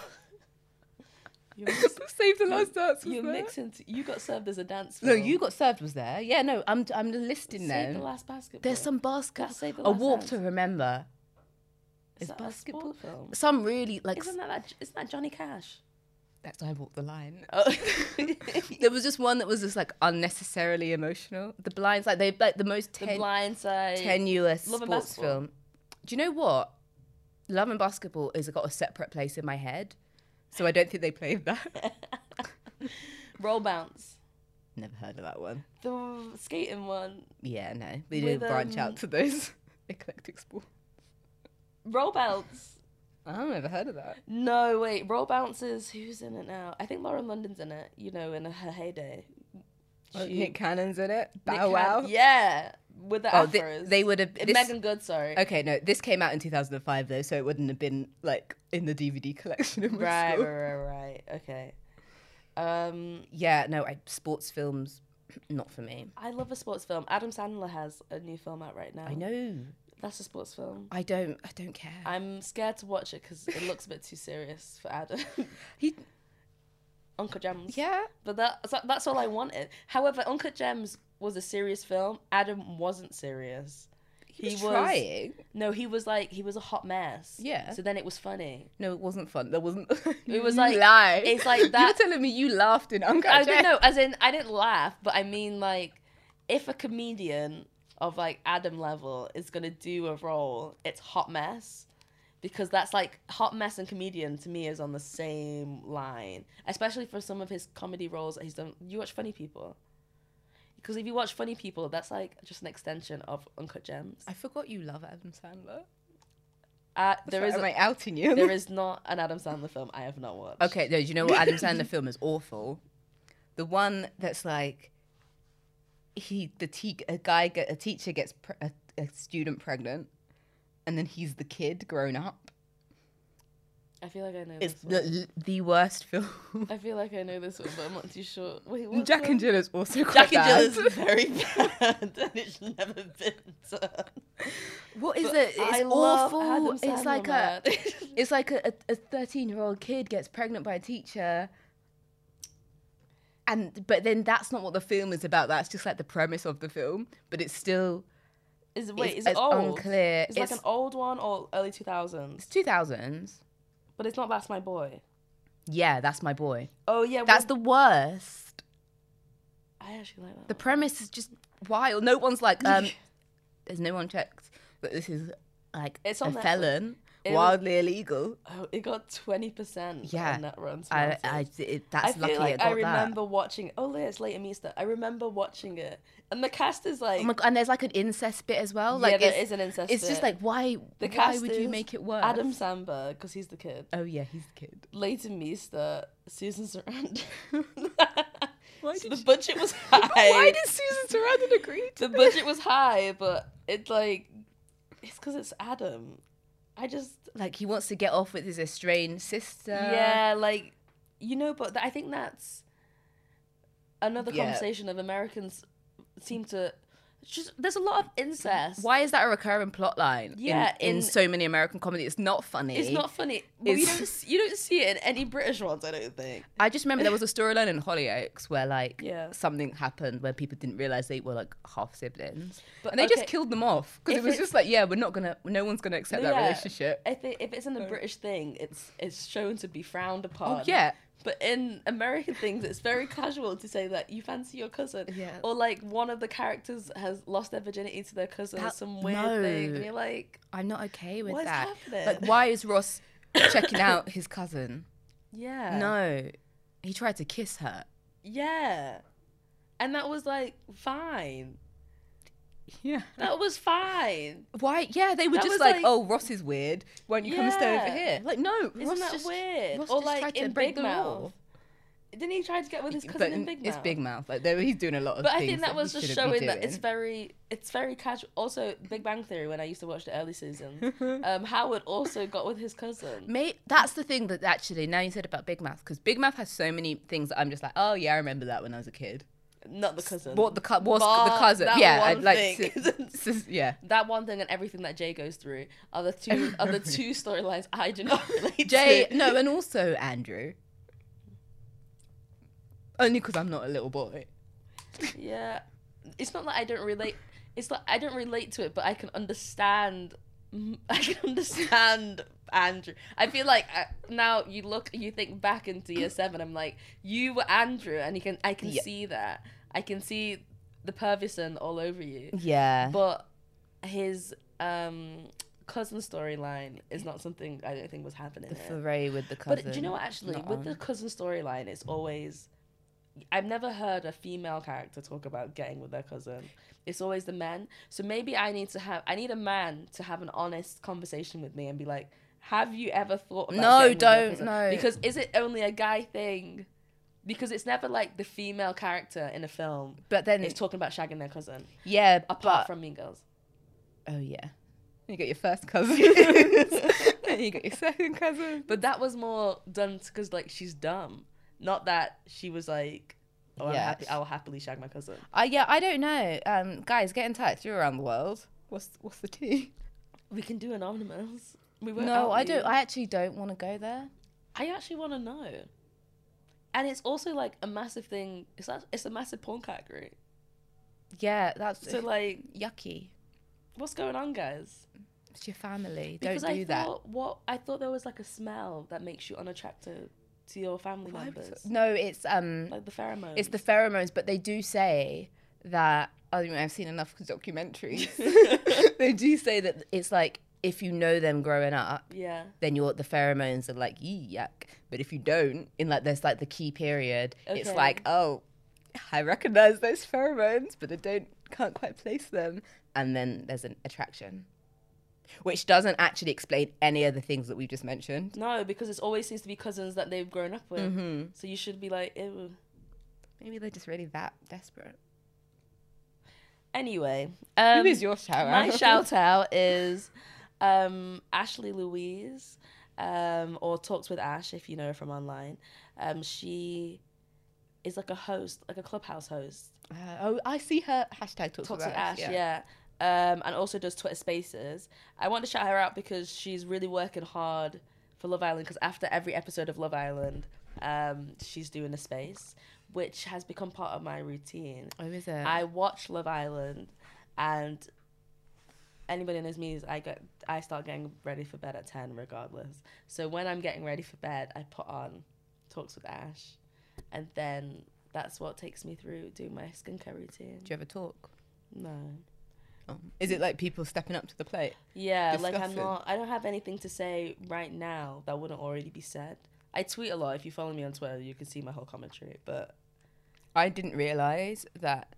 Speaker 1: You're, mix-
Speaker 2: save the last dance.
Speaker 1: you're mixing. T- you got served as a dance.
Speaker 2: No,
Speaker 1: Film.
Speaker 2: you got served was there. Yeah, no, I'm I'm listing
Speaker 1: Save the
Speaker 2: them.
Speaker 1: last basketball.
Speaker 2: There's some basketball.
Speaker 1: That's Save the
Speaker 2: a
Speaker 1: Last
Speaker 2: walk
Speaker 1: Dance.
Speaker 2: to remember.
Speaker 1: Is
Speaker 2: Is
Speaker 1: that a sport
Speaker 2: basketball
Speaker 1: film?
Speaker 2: Some really like
Speaker 1: Isn't that, that isn't that Johnny Cash?
Speaker 2: that's I walked the line.
Speaker 1: Oh.
Speaker 2: there was just one that was just like unnecessarily emotional. The blinds, like they like the most
Speaker 1: the
Speaker 2: ten-
Speaker 1: Blind Side.
Speaker 2: tenuous
Speaker 1: Love and
Speaker 2: sports
Speaker 1: Basketball.
Speaker 2: film. Do you know what? Love and Basketball has got a separate place in my head, so I don't think they played that.
Speaker 1: Roll bounce.
Speaker 2: Never heard of that one.
Speaker 1: The skating one.
Speaker 2: Yeah, no, they
Speaker 1: With,
Speaker 2: didn't branch
Speaker 1: um,
Speaker 2: out to those eclectic sports.
Speaker 1: Roll bounce.
Speaker 2: I've never heard of that.
Speaker 1: No, wait. Roll bounce is who's in it now? I think Lauren London's in it. You know, in her heyday.
Speaker 2: Oh,
Speaker 1: She-
Speaker 2: Nick Cannon's in it.
Speaker 1: Nick
Speaker 2: Bow
Speaker 1: Cad-
Speaker 2: Wow.
Speaker 1: Yeah, with the
Speaker 2: Oh,
Speaker 1: afros.
Speaker 2: thi- they would have.
Speaker 1: Uh,
Speaker 2: this-
Speaker 1: Megan Good, sorry.
Speaker 2: Okay, no, this came out in 2005 though, so it wouldn't have been like in the DVD collection. In my
Speaker 1: Right, right,
Speaker 2: school.
Speaker 1: right, right. Okay. Um,
Speaker 2: Yeah, no, I, sports films, not for me.
Speaker 1: I love a sports film. Adam Sandler has a new film out right now.
Speaker 2: I know.
Speaker 1: That's a sports film.
Speaker 2: I don't. I don't care.
Speaker 1: I'm scared to watch it because it looks a bit too serious for Adam.
Speaker 2: he.
Speaker 1: Uncle Gems.
Speaker 2: Yeah.
Speaker 1: But that, so- that's all I wanted. However, Uncle Gems was a serious film. Adam wasn't serious.
Speaker 2: He,
Speaker 1: He
Speaker 2: was,
Speaker 1: was-
Speaker 2: trying.
Speaker 1: No, he was like, he was a hot mess.
Speaker 2: Yeah.
Speaker 1: So then it was funny.
Speaker 2: No, it wasn't fun. That wasn't.
Speaker 1: It was
Speaker 2: You
Speaker 1: like-
Speaker 2: lie.
Speaker 1: it's like
Speaker 2: You're
Speaker 1: that-
Speaker 2: telling me you laughed in Uncle
Speaker 1: I don't
Speaker 2: Jack.
Speaker 1: know. As in, I didn't laugh, but I mean, like, if a comedian of like Adam level is gonna do a role, it's hot mess, because that's like hot mess and comedian to me is on the same line. Especially for some of his comedy roles that he's done. You watch Funny People, because if you watch Funny People, that's like just an extension of Uncut Gems.
Speaker 2: I forgot you love Adam Sandler.
Speaker 1: Uh, there
Speaker 2: Sorry,
Speaker 1: is
Speaker 2: Am I outing you?
Speaker 1: there is not an Adam Sandler film I have not watched.
Speaker 2: Okay, no, do you know what Adam Sandler film is awful? The one that's like he the te- a guy get, a teacher gets pre- a, a student pregnant and then he's the kid grown up.
Speaker 1: I feel like I know
Speaker 2: It's
Speaker 1: this one.
Speaker 2: the, the worst film.
Speaker 1: I feel like I know this one, but I'm not too sure. Wait, what's
Speaker 2: Jack
Speaker 1: the-
Speaker 2: and Jill is also quite
Speaker 1: Jack and Jill
Speaker 2: bad.
Speaker 1: is very bad, and it's never been done.
Speaker 2: What is
Speaker 1: But
Speaker 2: it? It's
Speaker 1: I love
Speaker 2: awful.
Speaker 1: Adam
Speaker 2: it's like
Speaker 1: Sandler,
Speaker 2: a
Speaker 1: man.
Speaker 2: it's like a a thirteen year old kid gets pregnant by a teacher. And but then that's not what the film is about. That's just like the premise of the film. But it's still
Speaker 1: Is wait,
Speaker 2: it's,
Speaker 1: is it
Speaker 2: it's
Speaker 1: old?
Speaker 2: unclear.
Speaker 1: It's, like an old one or early two thousands,
Speaker 2: two thousands.
Speaker 1: but it's not. That's my boy.
Speaker 2: Yeah, that's my boy.
Speaker 1: Oh yeah,
Speaker 2: That's the worst.
Speaker 1: I actually like that.
Speaker 2: The premise is just wild. No one's like, um, there's no one checked that this is like
Speaker 1: It's
Speaker 2: a
Speaker 1: on Netflix.
Speaker 2: felon,
Speaker 1: It was-
Speaker 2: wildly illegal.
Speaker 1: one. oh, it got twenty percent.
Speaker 2: Yeah.
Speaker 1: on that run.
Speaker 2: I, I, it, that's
Speaker 1: I feel
Speaker 2: lucky
Speaker 1: like
Speaker 2: it got
Speaker 1: I remember watching. Oh, yeah, it's late in Easter. I remember watching it, and the cast is like,
Speaker 2: that. Oh my god, and there's like an incest bit as well.
Speaker 1: yeah,
Speaker 2: Like
Speaker 1: there
Speaker 2: it's,
Speaker 1: is an incest.
Speaker 2: it's just
Speaker 1: bit.
Speaker 2: like why?
Speaker 1: the
Speaker 2: why
Speaker 1: cast
Speaker 2: would you
Speaker 1: is
Speaker 2: make it worse?
Speaker 1: Adam Sandberg because he's the kid.
Speaker 2: Oh yeah, he's the kid.
Speaker 1: Leighton Meester, Susan Sarandon.
Speaker 2: Why
Speaker 1: so
Speaker 2: did
Speaker 1: the
Speaker 2: she-
Speaker 1: budget was
Speaker 2: But
Speaker 1: high.
Speaker 2: Why did Susan Sarandon agree? To
Speaker 1: the budget was high, but it's like it's because it's Adam. I just
Speaker 2: Like he wants to get off with his estranged sister.
Speaker 1: yeah, like you know, but I think that's another
Speaker 2: Yeah.
Speaker 1: conversation of Americans seem to just there's a lot of incest.
Speaker 2: Why is that a recurring plot line?
Speaker 1: Yeah,
Speaker 2: in, in,
Speaker 1: in-
Speaker 2: so many American comedy, it's not funny.
Speaker 1: It's not funny. Well, you
Speaker 2: It's-
Speaker 1: don't s- you don't see it in any British ones, I don't think.
Speaker 2: I just remember there was a storyline in Hollyoaks where like
Speaker 1: Yeah.
Speaker 2: something happened where people didn't realize they were like half siblings,
Speaker 1: But
Speaker 2: and they
Speaker 1: okay.
Speaker 2: just killed them off because
Speaker 1: If
Speaker 2: it was
Speaker 1: it-
Speaker 2: just like, yeah, we're not gonna, no one's gonna accept that
Speaker 1: Yeah.
Speaker 2: relationship.
Speaker 1: If it, if it's in a British thing, it's it's shown to be frowned upon.
Speaker 2: Oh yeah,
Speaker 1: But in American things, it's very casual to say that you fancy your cousin,
Speaker 2: Yeah.
Speaker 1: or like one of the characters has lost their virginity to their cousin or
Speaker 2: That-
Speaker 1: some weird
Speaker 2: no.
Speaker 1: thing. And you're like,
Speaker 2: I'm not okay with
Speaker 1: What's
Speaker 2: that.
Speaker 1: happening?
Speaker 2: Like, why is Ross checking out his cousin?
Speaker 1: yeah,
Speaker 2: No, he tried to kiss her.
Speaker 1: yeah, and that was like fine.
Speaker 2: Yeah.
Speaker 1: That was fine.
Speaker 2: Why? Yeah, they were
Speaker 1: That
Speaker 2: just
Speaker 1: was
Speaker 2: like,
Speaker 1: like-
Speaker 2: "Oh, Ross is weird. Why don't you come and stay over
Speaker 1: Yeah.
Speaker 2: here?" Like, no,
Speaker 1: Isn't
Speaker 2: Ross
Speaker 1: that
Speaker 2: just,
Speaker 1: weird?
Speaker 2: Ross
Speaker 1: or
Speaker 2: just
Speaker 1: like
Speaker 2: tried to
Speaker 1: in
Speaker 2: break
Speaker 1: Big
Speaker 2: the law.
Speaker 1: Mouth. Didn't he try to get with his cousin
Speaker 2: But
Speaker 1: in Big Mouth?
Speaker 2: it's Big Mouth. Like, they- he's doing a lot of.
Speaker 1: But I
Speaker 2: things
Speaker 1: think that was
Speaker 2: he
Speaker 1: just
Speaker 2: shouldn't be
Speaker 1: showing that it's
Speaker 2: doing.
Speaker 1: very, it's very casual. Also, Big Bang Theory. When I used to watch the early season, um, Howard also got with his cousin.
Speaker 2: May- that's the thing that actually now you said about Big Mouth because Big Mouth has so many things that I'm just like, oh yeah, I remember that when I was a kid.
Speaker 1: Not the cousin.
Speaker 2: What the cu- was the
Speaker 1: But
Speaker 2: cousin?
Speaker 1: that
Speaker 2: yeah,
Speaker 1: one
Speaker 2: I'd like
Speaker 1: thing
Speaker 2: to- sis- yeah.
Speaker 1: that one thing and everything that Jay goes through are the two are the two storylines I do not relate
Speaker 2: Jay,
Speaker 1: to.
Speaker 2: no, and also Andrew. Only because I'm not a little boy.
Speaker 1: Yeah. It's not that I don't relate. It's like I don't relate to it, but I can understand. mm, I can understand Andrew. I feel like I, now you look, you think back into year seven. I'm like, you were Andrew, and you can, I can
Speaker 2: Yeah.
Speaker 1: see that. I can see the Purvison all over you.
Speaker 2: Yeah.
Speaker 1: But his um, cousin storyline is not something I don't think was happening.
Speaker 2: the
Speaker 1: here.
Speaker 2: foray with the cousin.
Speaker 1: But do you know what? Actually,
Speaker 2: not
Speaker 1: with the
Speaker 2: on.
Speaker 1: cousin storyline, it's always I've never heard a female character talk about getting with their cousin. It's always the men. So maybe I need to have I need a man to have an honest conversation with me and be like, "Have you ever thought?" About
Speaker 2: No,
Speaker 1: getting with your
Speaker 2: don't,
Speaker 1: cousin?"
Speaker 2: no.
Speaker 1: Because is it only a guy thing? Because it's never like the female character in a film
Speaker 2: But then,
Speaker 1: is talking about shagging their cousin,
Speaker 2: yeah,
Speaker 1: apart
Speaker 2: Mm. but
Speaker 1: from Mean Girls.
Speaker 2: oh yeah, you got your first cousin, and you got your second cousin.
Speaker 1: But that was more done because like she's dumb, not that she was like, "Oh, I'm
Speaker 2: Yeah.
Speaker 1: happy. I will happily shag my cousin."
Speaker 2: Uh, yeah, I don't know. Um, guys, get in touch. You're around the world. What's what's the tea?
Speaker 1: We can do anonymous. We won't
Speaker 2: No,
Speaker 1: out
Speaker 2: I
Speaker 1: you.
Speaker 2: don't. I actually don't want to go there.
Speaker 1: I actually want to know. And it's also like a massive thing. It's that it's a massive porn category.
Speaker 2: Yeah, that's
Speaker 1: So like,
Speaker 2: yucky.
Speaker 1: what's going on, guys?
Speaker 2: It's your family.
Speaker 1: Because
Speaker 2: don't
Speaker 1: I
Speaker 2: do that.
Speaker 1: thought what I thought there was like a smell that makes you unattractive to your family
Speaker 2: Why would-
Speaker 1: members,
Speaker 2: No, it's um,
Speaker 1: like the pheromones.
Speaker 2: it's the pheromones. But they do say that. I mean, I've seen enough documentaries. they do say that it's like if you know them growing up,
Speaker 1: yeah.
Speaker 2: then you're the pheromones are like "Yee, yuck. But if you don't, in like there's like the key period, it's
Speaker 1: Okay.
Speaker 2: like oh, I recognize those pheromones, but I don't can't quite place them, and then there's an attraction, which doesn't actually explain any of the things that we've just mentioned.
Speaker 1: No, because it's always seems to be cousins that they've grown up with.
Speaker 2: Mm-hmm.
Speaker 1: So you should be like, ew.
Speaker 2: Maybe they're just really that desperate.
Speaker 1: Anyway, um,
Speaker 2: Who is your shout
Speaker 1: My
Speaker 2: out?
Speaker 1: shout out is um, Ashley Louise, um, or Talks with Ash, if you know her from online. Um, she is like a host, like a clubhouse host.
Speaker 2: Uh, oh, I see her hashtag talks,
Speaker 1: Talks
Speaker 2: about
Speaker 1: with Ash, yeah. Um, and also does Twitter Spaces. I want to shout her out because she's really working hard for Love Island. Because after every episode of Love Island, um, she's doing a space, which has become part of my routine.
Speaker 2: Oh, is it?
Speaker 1: I watch Love Island, and anybody knows me is I get I start getting ready for bed at ten regardless. So when I'm getting ready for bed, I put on Talks with Ash, and then that's what takes me through doing my skincare routine.
Speaker 2: Do you ever talk?
Speaker 1: No,
Speaker 2: Oh. Is it like people stepping up to the plate?
Speaker 1: yeah, like I'm
Speaker 2: Disgusting.
Speaker 1: not. I don't have anything to say right now that wouldn't already be said. I tweet a lot. If you follow me on Twitter, you can see my whole commentary. But
Speaker 2: I didn't realize that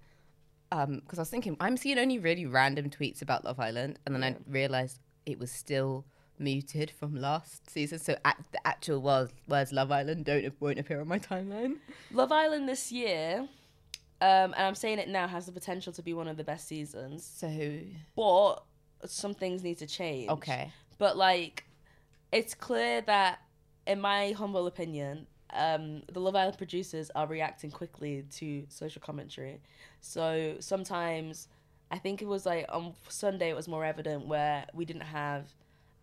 Speaker 2: because I was thinking I'm seeing only really random tweets about Love Island, and then I realized it was still muted from last season. So act- the actual words, words Love Island don't won't appear on my timeline.
Speaker 1: Love Island this year, um, and I'm saying it now, has the potential to be one of the best seasons.
Speaker 2: So
Speaker 1: but some things need to change.
Speaker 2: okay,
Speaker 1: But like, it's clear that, in my humble opinion, um, the Love Island producers are reacting quickly to social commentary. So sometimes, I think it was like on Sunday it was more evident where we didn't have.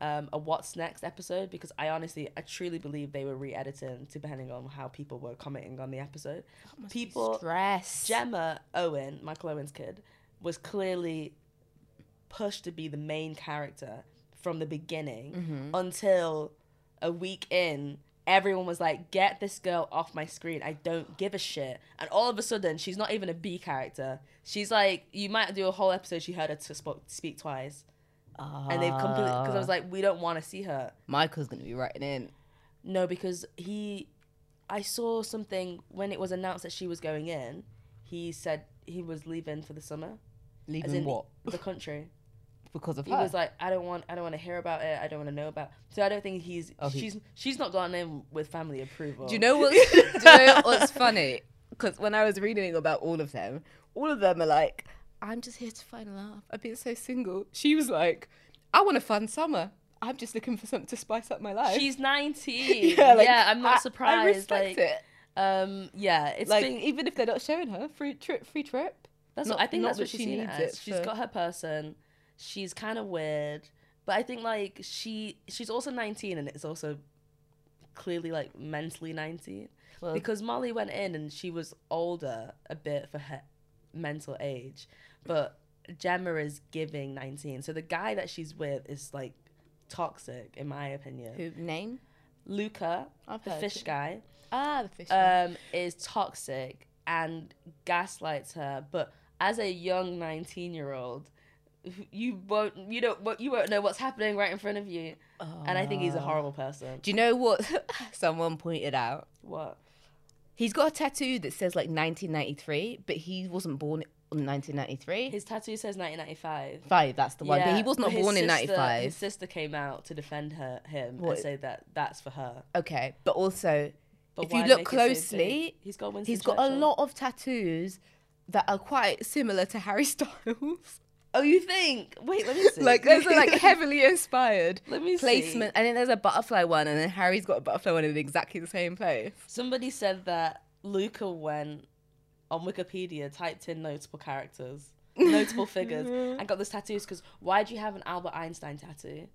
Speaker 1: Um, a what's next episode because I honestly I truly believe they were re-editing depending on how people were commenting on the episode. People
Speaker 2: stress.
Speaker 1: Gemma Owen, Michael Owen's kid, was clearly pushed to be the main character from the beginning until a week in. Everyone was like, get this girl off my screen. I don't give a shit. And all of a sudden, she's not even a B character. She's like, you might do a whole episode, she heard her to sp- speak twice. And they've completely, because I was like, we don't want to see her.
Speaker 2: Ah. Michael's gonna be writing in.
Speaker 1: No, because he, I saw something when it was announced that she was going in. He said he was leaving for the summer, as
Speaker 2: Leaving
Speaker 1: in the-
Speaker 2: what?
Speaker 1: the country.
Speaker 2: Because of
Speaker 1: He
Speaker 2: her.
Speaker 1: was like, I don't want, I don't want to hear about it. I don't want to know about. So I don't think he's.
Speaker 2: Oh, he-
Speaker 1: she's she's not gone in with family approval.
Speaker 2: Do you know what's, do you know what's funny? Because when I was reading about all of them, all of them are like, I'm just here to find love. I've been so single. She was like, I want a fun summer. I'm just looking for something to spice up my life.
Speaker 1: She's nineteen.
Speaker 2: Yeah,
Speaker 1: yeah,
Speaker 2: like,
Speaker 1: I'm not
Speaker 2: I- I
Speaker 1: surprised. like,
Speaker 2: respect it.
Speaker 1: um, yeah, it's
Speaker 2: Like,
Speaker 1: been.
Speaker 2: even if they're not showing her, free trip, free trip.
Speaker 1: That's
Speaker 2: not-
Speaker 1: what I think.
Speaker 2: not
Speaker 1: That's
Speaker 2: that
Speaker 1: what
Speaker 2: she
Speaker 1: she's seen it
Speaker 2: needs
Speaker 1: as.
Speaker 2: it
Speaker 1: She's
Speaker 2: for-
Speaker 1: got her person. She's kind of weird, but I think like she she's also nineteen and it's also clearly like mentally nineteen
Speaker 2: Well,
Speaker 1: because Molly went in and she was older a bit for her mental age, but Gemma is giving nineteen. So the guy that she's with is like toxic in my opinion.
Speaker 2: who name?
Speaker 1: Luca,
Speaker 2: I've
Speaker 1: the
Speaker 2: heard
Speaker 1: fish
Speaker 2: it.
Speaker 1: guy,
Speaker 2: Ah, the fish.
Speaker 1: um, is toxic and gaslights her. But as a young nineteen-year-old, you won't, you don't, you won't know what's happening right in front of you. And I think
Speaker 2: Ah.
Speaker 1: he's a horrible person.
Speaker 2: Do you know what someone pointed out?
Speaker 1: What?
Speaker 2: He's got a tattoo that says like 1993, but he wasn't born in 1993.
Speaker 1: His tattoo says 1995.
Speaker 2: five, that's the one. but
Speaker 1: Yeah,
Speaker 2: he was not
Speaker 1: his
Speaker 2: born in
Speaker 1: sister-
Speaker 2: 95.
Speaker 1: His sister came out to defend her, him,
Speaker 2: What?
Speaker 1: and say that that's for her.
Speaker 2: Okay, but also,
Speaker 1: But
Speaker 2: if you
Speaker 1: why
Speaker 2: look
Speaker 1: make it so big?
Speaker 2: closely,
Speaker 1: he's got Winston
Speaker 2: he's got a
Speaker 1: Churchill.
Speaker 2: lot of tattoos that are quite similar to Harry Styles.
Speaker 1: Oh, you think? Wait, let me see.
Speaker 2: like, those are like heavily inspired.
Speaker 1: Let me see.
Speaker 2: Placement, and then there's a butterfly one, and then Harry's got a butterfly one in exactly the same place.
Speaker 1: Somebody said that Luca went on Wikipedia, typed in notable characters, notable figures, and got those tattoos because why do you have an Albert Einstein tattoo?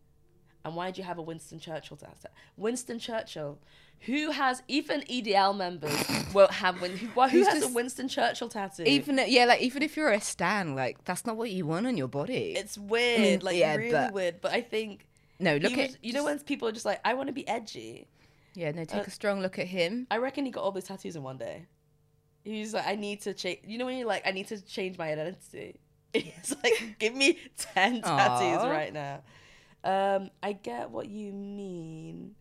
Speaker 1: And why do you have a Winston Churchill tattoo? Winston Churchill, who has even EDL members won't have Win- who, who
Speaker 2: Who's
Speaker 1: has a
Speaker 2: just-
Speaker 1: Winston Churchill tattoo?
Speaker 2: Even yeah, like even if you're a stan, like that's not what you want on your body.
Speaker 1: it's weird,
Speaker 2: mean,
Speaker 1: like
Speaker 2: yeah,
Speaker 1: really
Speaker 2: but-
Speaker 1: weird. But I think
Speaker 2: no, look
Speaker 1: he
Speaker 2: at
Speaker 1: was- you know when Uh, people are just like, I want to be edgy.
Speaker 2: yeah, no, take a strong look at him.
Speaker 1: I reckon he got all those tattoos in one day. He was like, I need to change. You know when you're like, I need to change my identity. It's like, give me ten tattoos
Speaker 2: Aw.
Speaker 1: right now. Um, I get what you mean.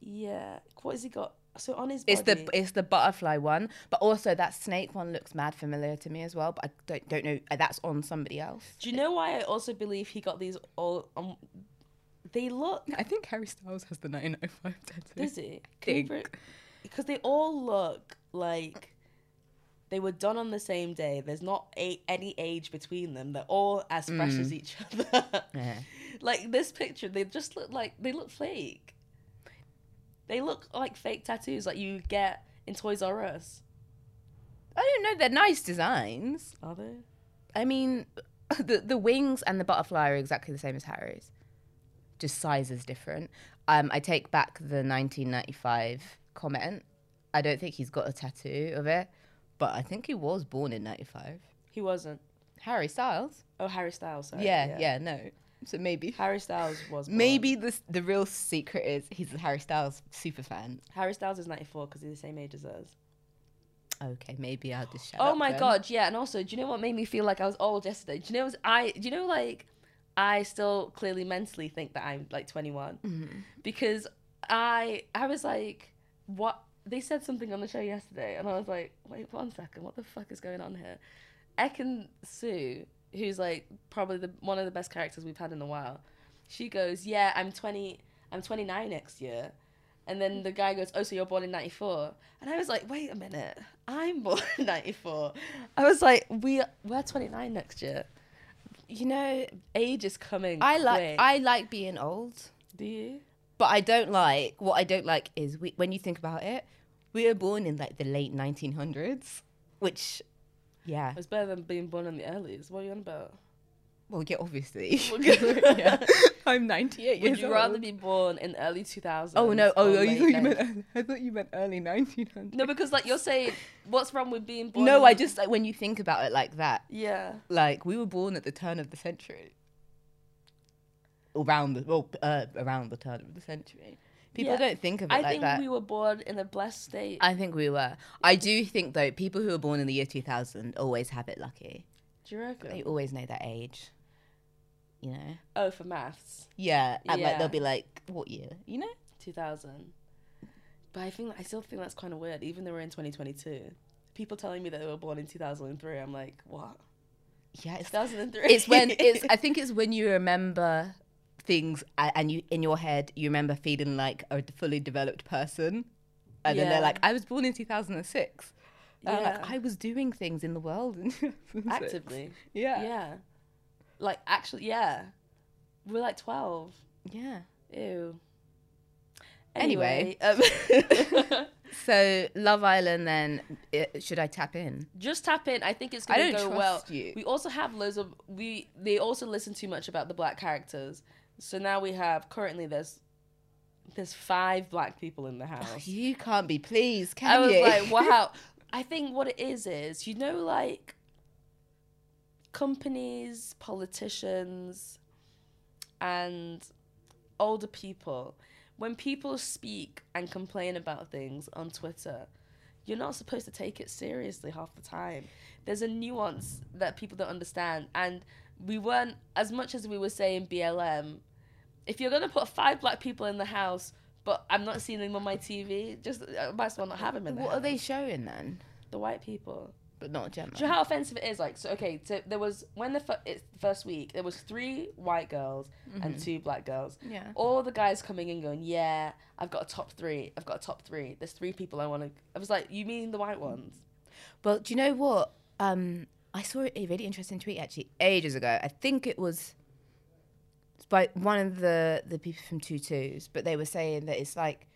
Speaker 1: Yeah, what has he got? So on his body,
Speaker 2: It's the it's the butterfly one, but also that snake one looks mad familiar to me as well. But I don't don't know. uh, That's on somebody else.
Speaker 1: do you know why I also believe he got these all? Um, they look
Speaker 2: I think Harry Styles has the 1905 tattoo.
Speaker 1: Does he? Can you
Speaker 2: think.
Speaker 1: bro- Because they all look like they were done on the same day. There's not a- any age between them. They're all as fresh as each other.
Speaker 2: Mm. Yeah.
Speaker 1: Like this picture, they just look like they look fake. They look like fake tattoos, like you get in Toys R Us.
Speaker 2: I don't know. They're nice designs.
Speaker 1: Are they?
Speaker 2: I mean, the the wings and the butterfly are exactly the same as Harry's, just size is different. Um, I take back the 1995 comment. I don't think he's got a tattoo of it, but I think he was born in 95.
Speaker 1: He wasn't.
Speaker 2: Harry Styles.
Speaker 1: Oh, Harry Styles. Sorry.
Speaker 2: yeah, yeah, no. So maybe.
Speaker 1: Harry Styles was. born.
Speaker 2: Maybe the the real secret is he's a Harry Styles super fan.
Speaker 1: Harry Styles is 94 because he's the same age as us.
Speaker 2: Okay, maybe I'll just shout
Speaker 1: Oh my god, yeah. And also, do you know what made me feel like I was old yesterday? Do you know I? Do you know like I still clearly mentally think that I'm like 21
Speaker 2: Mm-hmm.
Speaker 1: because I I was like what they said something on the show yesterday, and I was like, wait one second, what the fuck is going on here? Ekin Sue, who's like probably the one of the best characters we've had in a while, she goes, yeah, I'm 20, I'm 29 next year. And then the guy goes, "Oh, so you're born in '94?" And I was like, "Wait a minute, I'm born in '94." I was like, "We we're 29 next year." You know, age is coming.
Speaker 2: I like
Speaker 1: quick.
Speaker 2: I like being old,
Speaker 1: Do you?
Speaker 2: but I don't like what I don't like is we, when you think about it, we were born in like the late 1900s, which yeah,
Speaker 1: It's better than being born in the earlys. What are you on about?
Speaker 2: well yeah, obviously.
Speaker 1: good.
Speaker 2: Yeah. I'm 98
Speaker 1: Would
Speaker 2: years
Speaker 1: you
Speaker 2: old.
Speaker 1: rather be born in early 2000s?
Speaker 2: Oh no! Oh,
Speaker 1: or
Speaker 2: oh, you
Speaker 1: late
Speaker 2: thought you
Speaker 1: 90s?
Speaker 2: meant I thought you meant early 1900s.
Speaker 1: No, because like you're saying, what's wrong with being born?
Speaker 2: No,
Speaker 1: in-
Speaker 2: I just like when you think about it like that.
Speaker 1: yeah.
Speaker 2: like we were born at the turn of the century around the well uh, around the turn of the century people
Speaker 1: Yeah.
Speaker 2: don't think of it
Speaker 1: I
Speaker 2: like
Speaker 1: think
Speaker 2: that
Speaker 1: we were born in a blessed state.
Speaker 2: i think we were i do think though people who are born in the year 2000 always have it lucky
Speaker 1: Do you reckon?
Speaker 2: they always know their age you know
Speaker 1: Oh, for maths.
Speaker 2: yeah and like
Speaker 1: Yeah.
Speaker 2: they'll be like what year you know
Speaker 1: 2000. But I think I still think that's kind of weird. Even though we're in 2022, people telling me that they were born in 2003, I'm like, what?
Speaker 2: Yeah, it's,
Speaker 1: 2003.
Speaker 2: it's when it's. I think it's when you remember things a- and you in your head you remember feeling like a fully developed person, and then
Speaker 1: Yeah.
Speaker 2: they're like, "I was born in 2006." And I'm
Speaker 1: Yeah.
Speaker 2: like, I was doing things in the world in 2006."
Speaker 1: actively.
Speaker 2: Yeah. yeah,
Speaker 1: Yeah. Like actually, yeah. We're like twelve. Ew.
Speaker 2: Anyway.
Speaker 1: Anyway, um,
Speaker 2: So Love Island, then it, should I tap in?
Speaker 1: just tap in. I think it's
Speaker 2: I
Speaker 1: gonna
Speaker 2: don't
Speaker 1: go
Speaker 2: trust
Speaker 1: well.
Speaker 2: you.
Speaker 1: We also have loads of we. They also listen too much about the black characters. So now we have currently there's there's five black people in the house.
Speaker 2: You can't be pleased, can
Speaker 1: I was
Speaker 2: you?
Speaker 1: like, wow. I think what it is is you know like companies, politicians, and older people. When people speak and complain about things on Twitter, you're not supposed to take it seriously half the time. There's a nuance that people don't understand, and we weren't as much as we were saying BLM. If you're gonna put five black people in the house, but I'm not seeing them on my TV, just I might as well not have them in the
Speaker 2: what are
Speaker 1: house.
Speaker 2: they showing then?
Speaker 1: The white people.
Speaker 2: But not Gemma.
Speaker 1: Do you know how offensive it is? Like, so okay, so there was when the fir- it's the first week there was three white girls
Speaker 2: Mm-hmm.
Speaker 1: and two black girls.
Speaker 2: Yeah.
Speaker 1: All the guys coming in going, yeah, I've got a top three. I've got a top three. There's three people I want to. I was like, you mean the white ones?
Speaker 2: But do you know what? Um, I saw a really interesting tweet actually ages ago. I think it was by one of the the people from Two Twos, but they were saying that it's like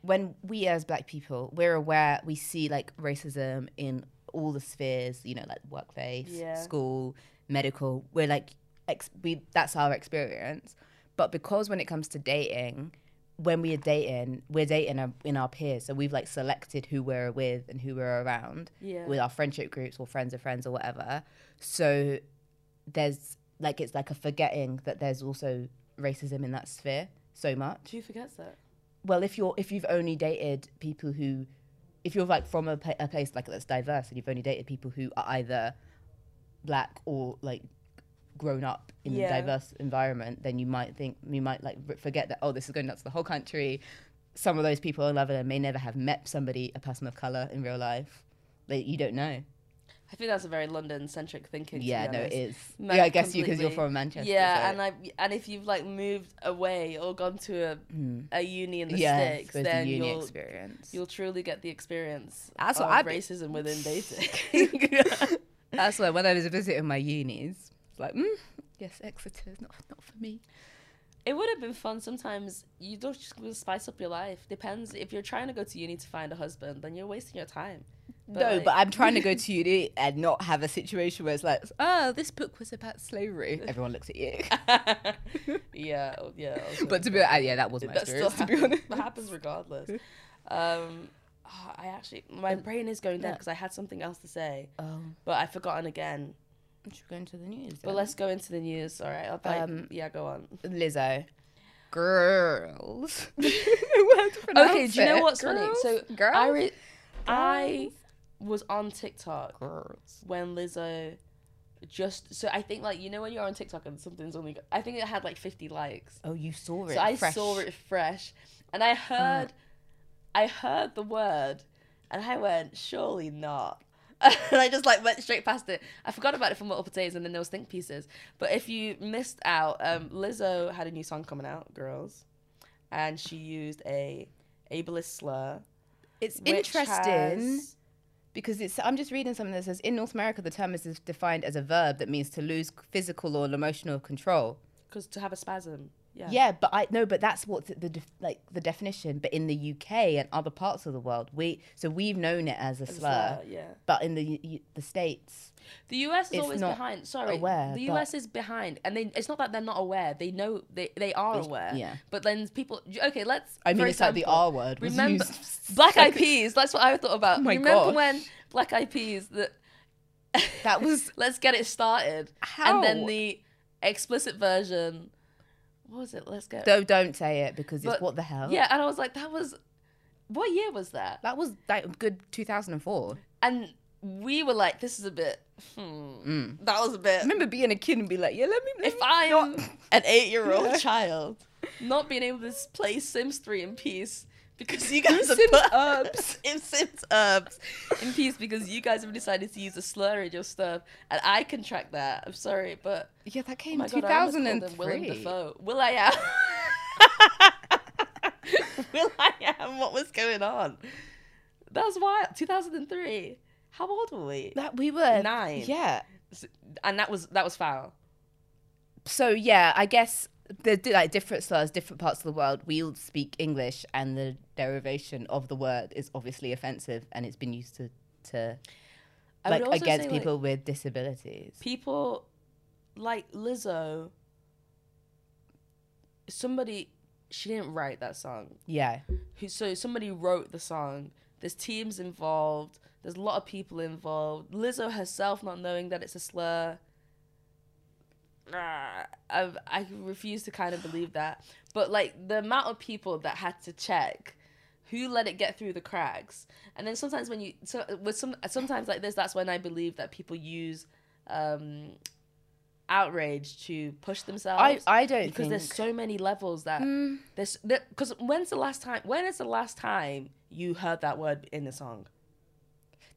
Speaker 2: when we as Black people, we're aware we see like racism in all the spheres. You know, like workplace,
Speaker 1: Yeah.
Speaker 2: school, medical. We're like, ex- we that's our experience. But because when it comes to dating, when we are dating, we're dating our, in our peers. So we've like selected who we're with and who we're around
Speaker 1: Yeah.
Speaker 2: with our friendship groups or friends of friends or whatever. So there's like, it's like a forgetting that there's also racism in that sphere so much.
Speaker 1: Who forgets that?
Speaker 2: Well, if you're, if you've only dated people who, if you're like from a, pla a place like that's diverse and you've only dated people who are either black or like grown up in
Speaker 1: Yeah.
Speaker 2: a diverse environment, then you might think you might like r- forget that oh, this is going out to the whole country. Some of those people I love and may never have met somebody, a person of color, in real life. That you don't know.
Speaker 1: I think that's a very London-centric thinking. to
Speaker 2: yeah,
Speaker 1: be
Speaker 2: no, it
Speaker 1: honest.
Speaker 2: is.
Speaker 1: Ma-
Speaker 2: yeah, I guess you because you're
Speaker 1: completely.
Speaker 2: from Manchester.
Speaker 1: Yeah,
Speaker 2: so-
Speaker 1: and I and if you've like moved away or gone to a a uni in the
Speaker 2: hmm. yeah,
Speaker 1: sticks,
Speaker 2: so it's
Speaker 1: then
Speaker 2: the uni
Speaker 1: you'll
Speaker 2: experience.
Speaker 1: you'll truly get the experience
Speaker 2: That's
Speaker 1: of
Speaker 2: what I've been-
Speaker 1: racism within dating.
Speaker 2: That's why when I was visiting my unis, it's like, mm, yes, Exeter's not not for me.
Speaker 1: It would have been fun sometimes. You don't just wanna spice up your life. Depends if you're trying to go to uni to find a husband, then you're wasting your time.
Speaker 2: no,
Speaker 1: like,
Speaker 2: but I'm trying to go to uni and not have a situation where it's like, oh, this book was about slavery. Everyone looks at you.
Speaker 1: yeah, oh, yeah. also-
Speaker 2: but to be honest, yeah, that was my
Speaker 1: that still
Speaker 2: experience. To be
Speaker 1: happens,
Speaker 2: honest,
Speaker 1: that happens regardless. Um, oh, I actually, my brain is going dead because I had something else to say,
Speaker 2: oh,
Speaker 1: but I've forgotten again.
Speaker 2: should go into the news.
Speaker 1: But let's go into the news. All right. I'll bite- yeah, go on.
Speaker 2: Lizzo, girls. okay,
Speaker 1: Okay, do you know what's funny? So
Speaker 2: girls,
Speaker 1: I, re- I was on TikTok
Speaker 2: girls.
Speaker 1: when Lizzo just so I think like you know when you're on TikTok and something's only I think it had like 50 likes.
Speaker 2: Oh, you saw it.
Speaker 1: So I
Speaker 2: fresh. Uh,
Speaker 1: saw it fresh, and I heard, I heard the word, and I went, surely not. and I just like went straight past it. I forgot about it for multiple days, and then there was think pieces. But if you missed out, um, Lizzo had a new song coming out, girls, and she used a ableist slur.
Speaker 2: It's
Speaker 1: which
Speaker 2: interesting.
Speaker 1: has-
Speaker 2: because it's I'm just reading something that says in North America the term is defined as a verb that means to lose physical or emotional control.
Speaker 1: Cause to have a spasm, yeah.
Speaker 2: Yeah, but I no, but that's what the, the def- like the definition. But in the UK and other parts of the world, we so we've known it as a
Speaker 1: Slur,
Speaker 2: slur,
Speaker 1: yeah.
Speaker 2: but in the U- the states,
Speaker 1: The US is
Speaker 2: It's
Speaker 1: always
Speaker 2: not
Speaker 1: behind. Sorry,
Speaker 2: aware,
Speaker 1: the
Speaker 2: but-
Speaker 1: US is behind, and they, it's not that they're not aware. They know they they are aware.
Speaker 2: yeah.
Speaker 1: But then people. Okay, let's.
Speaker 2: I mean,
Speaker 1: for
Speaker 2: it's like the
Speaker 1: example,
Speaker 2: R word. Was
Speaker 1: Remember
Speaker 2: used.
Speaker 1: Black Eyed Peas. That's what I thought about.
Speaker 2: Oh my
Speaker 1: remember
Speaker 2: gosh.
Speaker 1: when Black Eyed Peas? The,
Speaker 2: That was
Speaker 1: let's get it started.
Speaker 2: how.
Speaker 1: And then the explicit version. What was it? Let's get.
Speaker 2: no, don't say it because it's
Speaker 1: But-
Speaker 2: what the hell.
Speaker 1: yeah, and I was like, that was. What year was that?
Speaker 2: that was like good 2004.
Speaker 1: And we were like, this is a bit. Hmm.
Speaker 2: Mm.
Speaker 1: That was a bit.
Speaker 2: I remember being a kid and be like, yeah, let me. Let
Speaker 1: if I'm an eight year old
Speaker 2: Yeah.
Speaker 1: child not being able to s- play Sims 3 in peace because you guys have
Speaker 2: Sims
Speaker 1: put
Speaker 2: herbs.
Speaker 1: in Sims herbs in peace because you guys have decided to use a slur in your stuff, and I can track that. I'm sorry, but
Speaker 2: Yeah, that
Speaker 1: oh
Speaker 2: came
Speaker 1: my
Speaker 2: two
Speaker 1: God, I almost
Speaker 2: thousand
Speaker 1: called
Speaker 2: and
Speaker 1: him Willem
Speaker 2: three.
Speaker 1: Dafoe. Will I am? Will I am? What was going on? That was wild. 2003. How old were we?
Speaker 2: That we were
Speaker 1: Nine.
Speaker 2: Yeah.
Speaker 1: And that was that was foul.
Speaker 2: So yeah, I guess the di- like different slurs, different parts of the world. We all speak English, and the derivation of the word is obviously offensive, and it's been used to to
Speaker 1: I
Speaker 2: like
Speaker 1: would also
Speaker 2: against
Speaker 1: say, like,
Speaker 2: people with disabilities.
Speaker 1: people like Lizzo. Somebody, she didn't write that song.
Speaker 2: Yeah,
Speaker 1: Who so somebody wrote the song. There's teams involved. There's a lot of people involved. Lizzo herself not knowing that it's a slur. Ah, I I refuse to kind of believe that. But like the amount of people that had to check who let it get through the cracks. And then sometimes when you so with some sometimes like this that's when I believe that people use um outrage to push themselves
Speaker 2: I I don't
Speaker 1: because
Speaker 2: think Mm.
Speaker 1: there's so many levels that there's because when's the last time when is the last time you heard that word in the song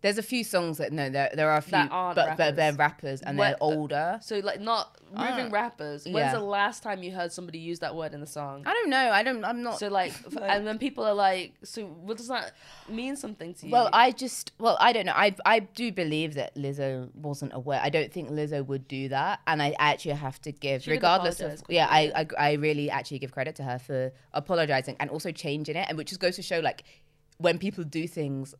Speaker 2: there's a few songs that no there there are a few
Speaker 1: That aren't
Speaker 2: but, but they're
Speaker 1: rappers.
Speaker 2: rappers and
Speaker 1: Well,
Speaker 2: they're older.
Speaker 1: so like not moving
Speaker 2: Ah,
Speaker 1: rappers when's
Speaker 2: yeah.
Speaker 1: the last time you heard somebody use that word in the song
Speaker 2: I don't know. I don't. I'm not.
Speaker 1: so like, f-
Speaker 2: Like-
Speaker 1: and when people are like so what does that mean something to you
Speaker 2: Well, I just well, I don't know. I I do believe that Lizzo wasn't aware. I don't think Lizzo would do that, and I actually have to give,
Speaker 1: She did
Speaker 2: regardless of
Speaker 1: apologise
Speaker 2: yeah, I, I I really actually give credit to her for apologizing and also changing it, and which just goes to show like when people do things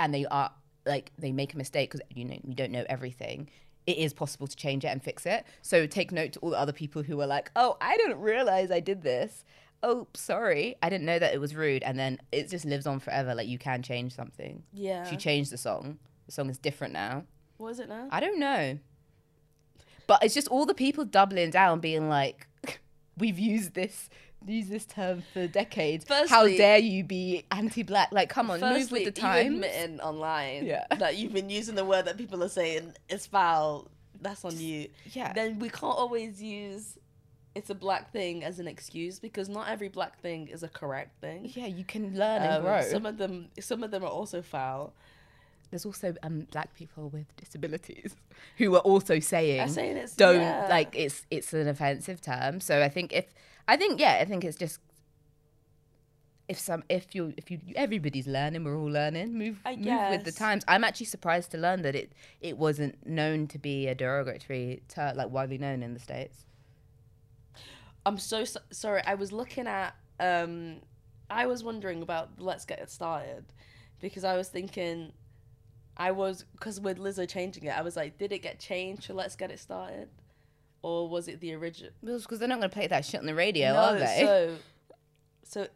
Speaker 2: and they are like they make a mistake because you know you don't know everything. It is possible to change it and fix it. So take note to all the other people who are like, "Oh, I didn't realize I did this. Oh, sorry, I didn't know that it was rude." And then it just lives on forever. Like you can change something.
Speaker 1: yeah
Speaker 2: She changed the song. The song is different now.
Speaker 1: what is it now
Speaker 2: I don't know. But it's just all the people doubling down, being like, "We've used this, used this term for decades. How
Speaker 1: Firstly-
Speaker 2: dare you be anti-black? Like, come on, move
Speaker 1: Firstly,
Speaker 2: with the
Speaker 1: you
Speaker 2: time."
Speaker 1: admitting online
Speaker 2: Yeah.
Speaker 1: that you've been using the word that people are saying is foul that's on you
Speaker 2: Yeah,
Speaker 1: then we can't always use it's a black thing as an excuse because not every black thing is a correct thing.
Speaker 2: yeah, you can learn and
Speaker 1: Um,
Speaker 2: grow.
Speaker 1: some of them, some of them are also foul.
Speaker 2: There's also um, black people with disabilities who are also saying,
Speaker 1: I'm saying it's
Speaker 2: don't
Speaker 1: yeah.
Speaker 2: like it's it's an offensive term. So I think if I think yeah, I think it's just if some if you if you everybody's learning, we're all learning. Move
Speaker 1: I
Speaker 2: move with the
Speaker 1: guess.
Speaker 2: times. I'm actually surprised to learn that it it wasn't known to be a derogatory term, like widely known in the states.
Speaker 1: I'm so, so sorry. I was looking at. Um, I was wondering about let's get it started because I was thinking, I was because with Lizzo changing it, I was like, did it get changed to let's get it started, or was it the original?
Speaker 2: Well, because they're not going to play that shit on the radio,
Speaker 1: no,
Speaker 2: are they?
Speaker 1: So, so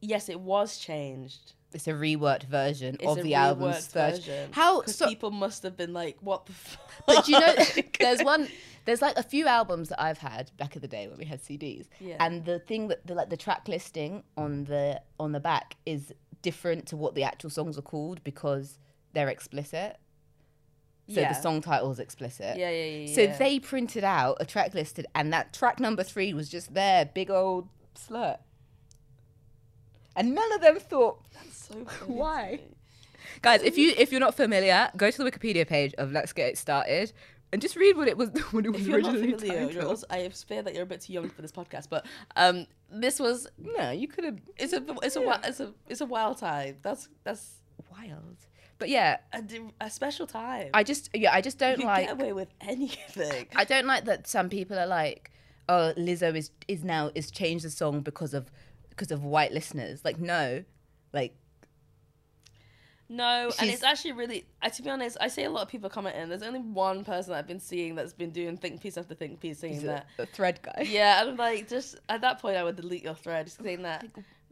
Speaker 1: yes, it was changed.
Speaker 2: it's a reworked version
Speaker 1: It's
Speaker 2: of
Speaker 1: a
Speaker 2: the album's
Speaker 1: reworked
Speaker 2: third.
Speaker 1: version.
Speaker 2: How
Speaker 1: Because
Speaker 2: so?
Speaker 1: people must have been like, "What the?" Fuck?
Speaker 2: But you know, there's one. There's like a few albums that I've had back in the day when we had CDs,
Speaker 1: Yeah.
Speaker 2: and the thing that the like the track listing on the on the back is different to what the actual songs are called because they're explicit. So
Speaker 1: yeah.
Speaker 2: the song title is explicit.
Speaker 1: Yeah, yeah, yeah.
Speaker 2: So
Speaker 1: yeah.
Speaker 2: they printed out a track listed, and that track number three was just there, big old slut. And none of them thought,
Speaker 1: So
Speaker 2: Why?
Speaker 1: crazy.
Speaker 2: guys, if you if you're not familiar, go to the Wikipedia page of Let's Get It Started, and just read what it was what it was
Speaker 1: If you're not
Speaker 2: originally
Speaker 1: familiar, you're
Speaker 2: titled.
Speaker 1: also, I fear that you're a bit too young for this podcast. But um, this was
Speaker 2: No, you could have.
Speaker 1: it's a it's a wi- it's a it's a wild time. That's that's
Speaker 2: Wild. But yeah,
Speaker 1: a, di- a special time.
Speaker 2: I just yeah I just
Speaker 1: you
Speaker 2: don't
Speaker 1: can
Speaker 2: like
Speaker 1: get away with anything.
Speaker 2: I don't like that some people are like, oh Lizzo is is now is changed the song because of because of white listeners. Like no, like
Speaker 1: No, and
Speaker 2: She's-
Speaker 1: it's actually really. I, to be honest, I see a lot of people commenting. There's only one person that I've been seeing that's been doing think piece after think piece saying
Speaker 2: he's a,
Speaker 1: that.
Speaker 2: a thread guy.
Speaker 1: Yeah, and I'm like, just at that point, I would delete your thread, just saying that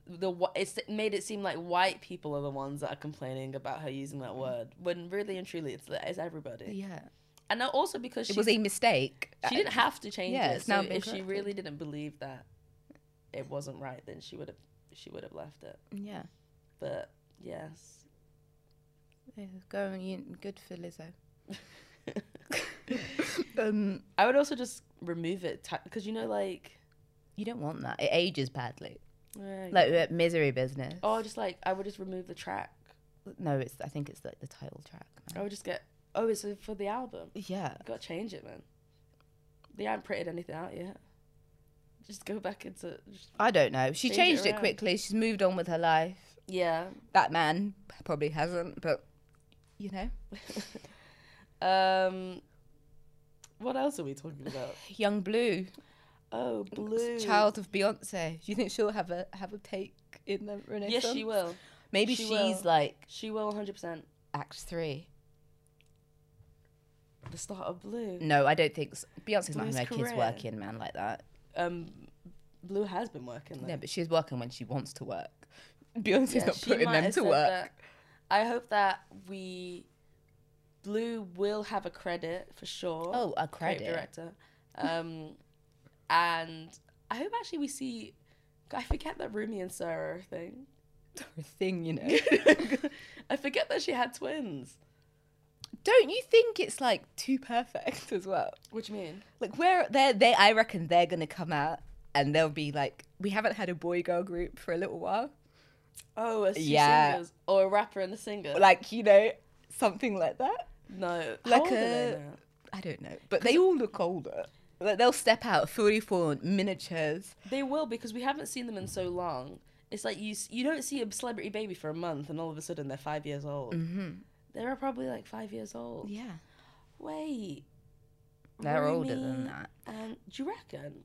Speaker 1: the wh- it's made it seem like white people are the ones that are complaining about her using that word, when really and truly, it's it's everybody.
Speaker 2: Mm. Yeah,
Speaker 1: And now also because
Speaker 2: it
Speaker 1: she
Speaker 2: was a mistake.
Speaker 1: she didn't have to change
Speaker 2: Yeah,
Speaker 1: it.
Speaker 2: it's now
Speaker 1: so
Speaker 2: been
Speaker 1: if she
Speaker 2: corrected.
Speaker 1: really didn't believe that it wasn't right, then she would have she would have left it.
Speaker 2: Yeah,
Speaker 1: But yes,
Speaker 2: yeah, go and you, good for Lizzo. um,
Speaker 1: I would also just remove it because you know, like,
Speaker 2: you don't want that. It ages badly.
Speaker 1: eh,
Speaker 2: Like uh, misery business.
Speaker 1: or oh, just like I would just remove the track.
Speaker 2: no, it's. I think it's like the title track.
Speaker 1: I would just get oh, it's for the album.
Speaker 2: Yeah.
Speaker 1: You gotta change it, man. They haven't printed anything out yet. Just go back into just,
Speaker 2: I don't know. She
Speaker 1: Change it
Speaker 2: changed it,
Speaker 1: around.
Speaker 2: quickly. She's moved on with her life.
Speaker 1: yeah.
Speaker 2: That man probably hasn't, but you know,
Speaker 1: Um, what else are we talking about?
Speaker 2: young blue,
Speaker 1: Oh, blue.
Speaker 2: child of Beyonce. Do you think she'll have a have a take in the Renaissance?
Speaker 1: Yes, she will.
Speaker 2: Maybe
Speaker 1: She
Speaker 2: she's
Speaker 1: will.
Speaker 2: like
Speaker 1: She will 100%.
Speaker 2: Act Three.
Speaker 1: The start of blue.
Speaker 2: No, I don't think s Beyonce's not
Speaker 1: Blue's
Speaker 2: having her kids
Speaker 1: career.
Speaker 2: working, man, like that.
Speaker 1: Um, blue has been working. Though.
Speaker 2: No, but she's working when she wants to work. Beyonce's
Speaker 1: Yeah,
Speaker 2: not
Speaker 1: she
Speaker 2: putting
Speaker 1: might
Speaker 2: them
Speaker 1: have
Speaker 2: to
Speaker 1: said
Speaker 2: work.
Speaker 1: that. I hope that we Blue will have a credit for sure.
Speaker 2: Oh, a
Speaker 1: creative
Speaker 2: credit.
Speaker 1: director. Um, and I hope actually we see. I forget that Rumi and Sarah are a thing.
Speaker 2: A thing, you know.
Speaker 1: I forget that she had twins.
Speaker 2: don't you think it's like too perfect as well?
Speaker 1: What do you mean?
Speaker 2: Like where they they I reckon they're gonna come out and they'll be like, we haven't had a boy girl group for a little while.
Speaker 1: Oh, as two
Speaker 2: Yeah.
Speaker 1: singers or a rapper and a singer.
Speaker 2: Like you know something like that.
Speaker 1: no, how
Speaker 2: like
Speaker 1: old are they
Speaker 2: a-
Speaker 1: now?
Speaker 2: I don't know, but they all look older. Like they'll step out fully formed miniatures.
Speaker 1: They will because we haven't seen them in so long. It's like you s- you don't see a celebrity baby for a month, and all of a sudden they're five years old. Mm-hmm. They're probably like five years old.
Speaker 2: Yeah,
Speaker 1: Wait,
Speaker 2: they're older
Speaker 1: Rumi
Speaker 2: than that.
Speaker 1: And Um, do you reckon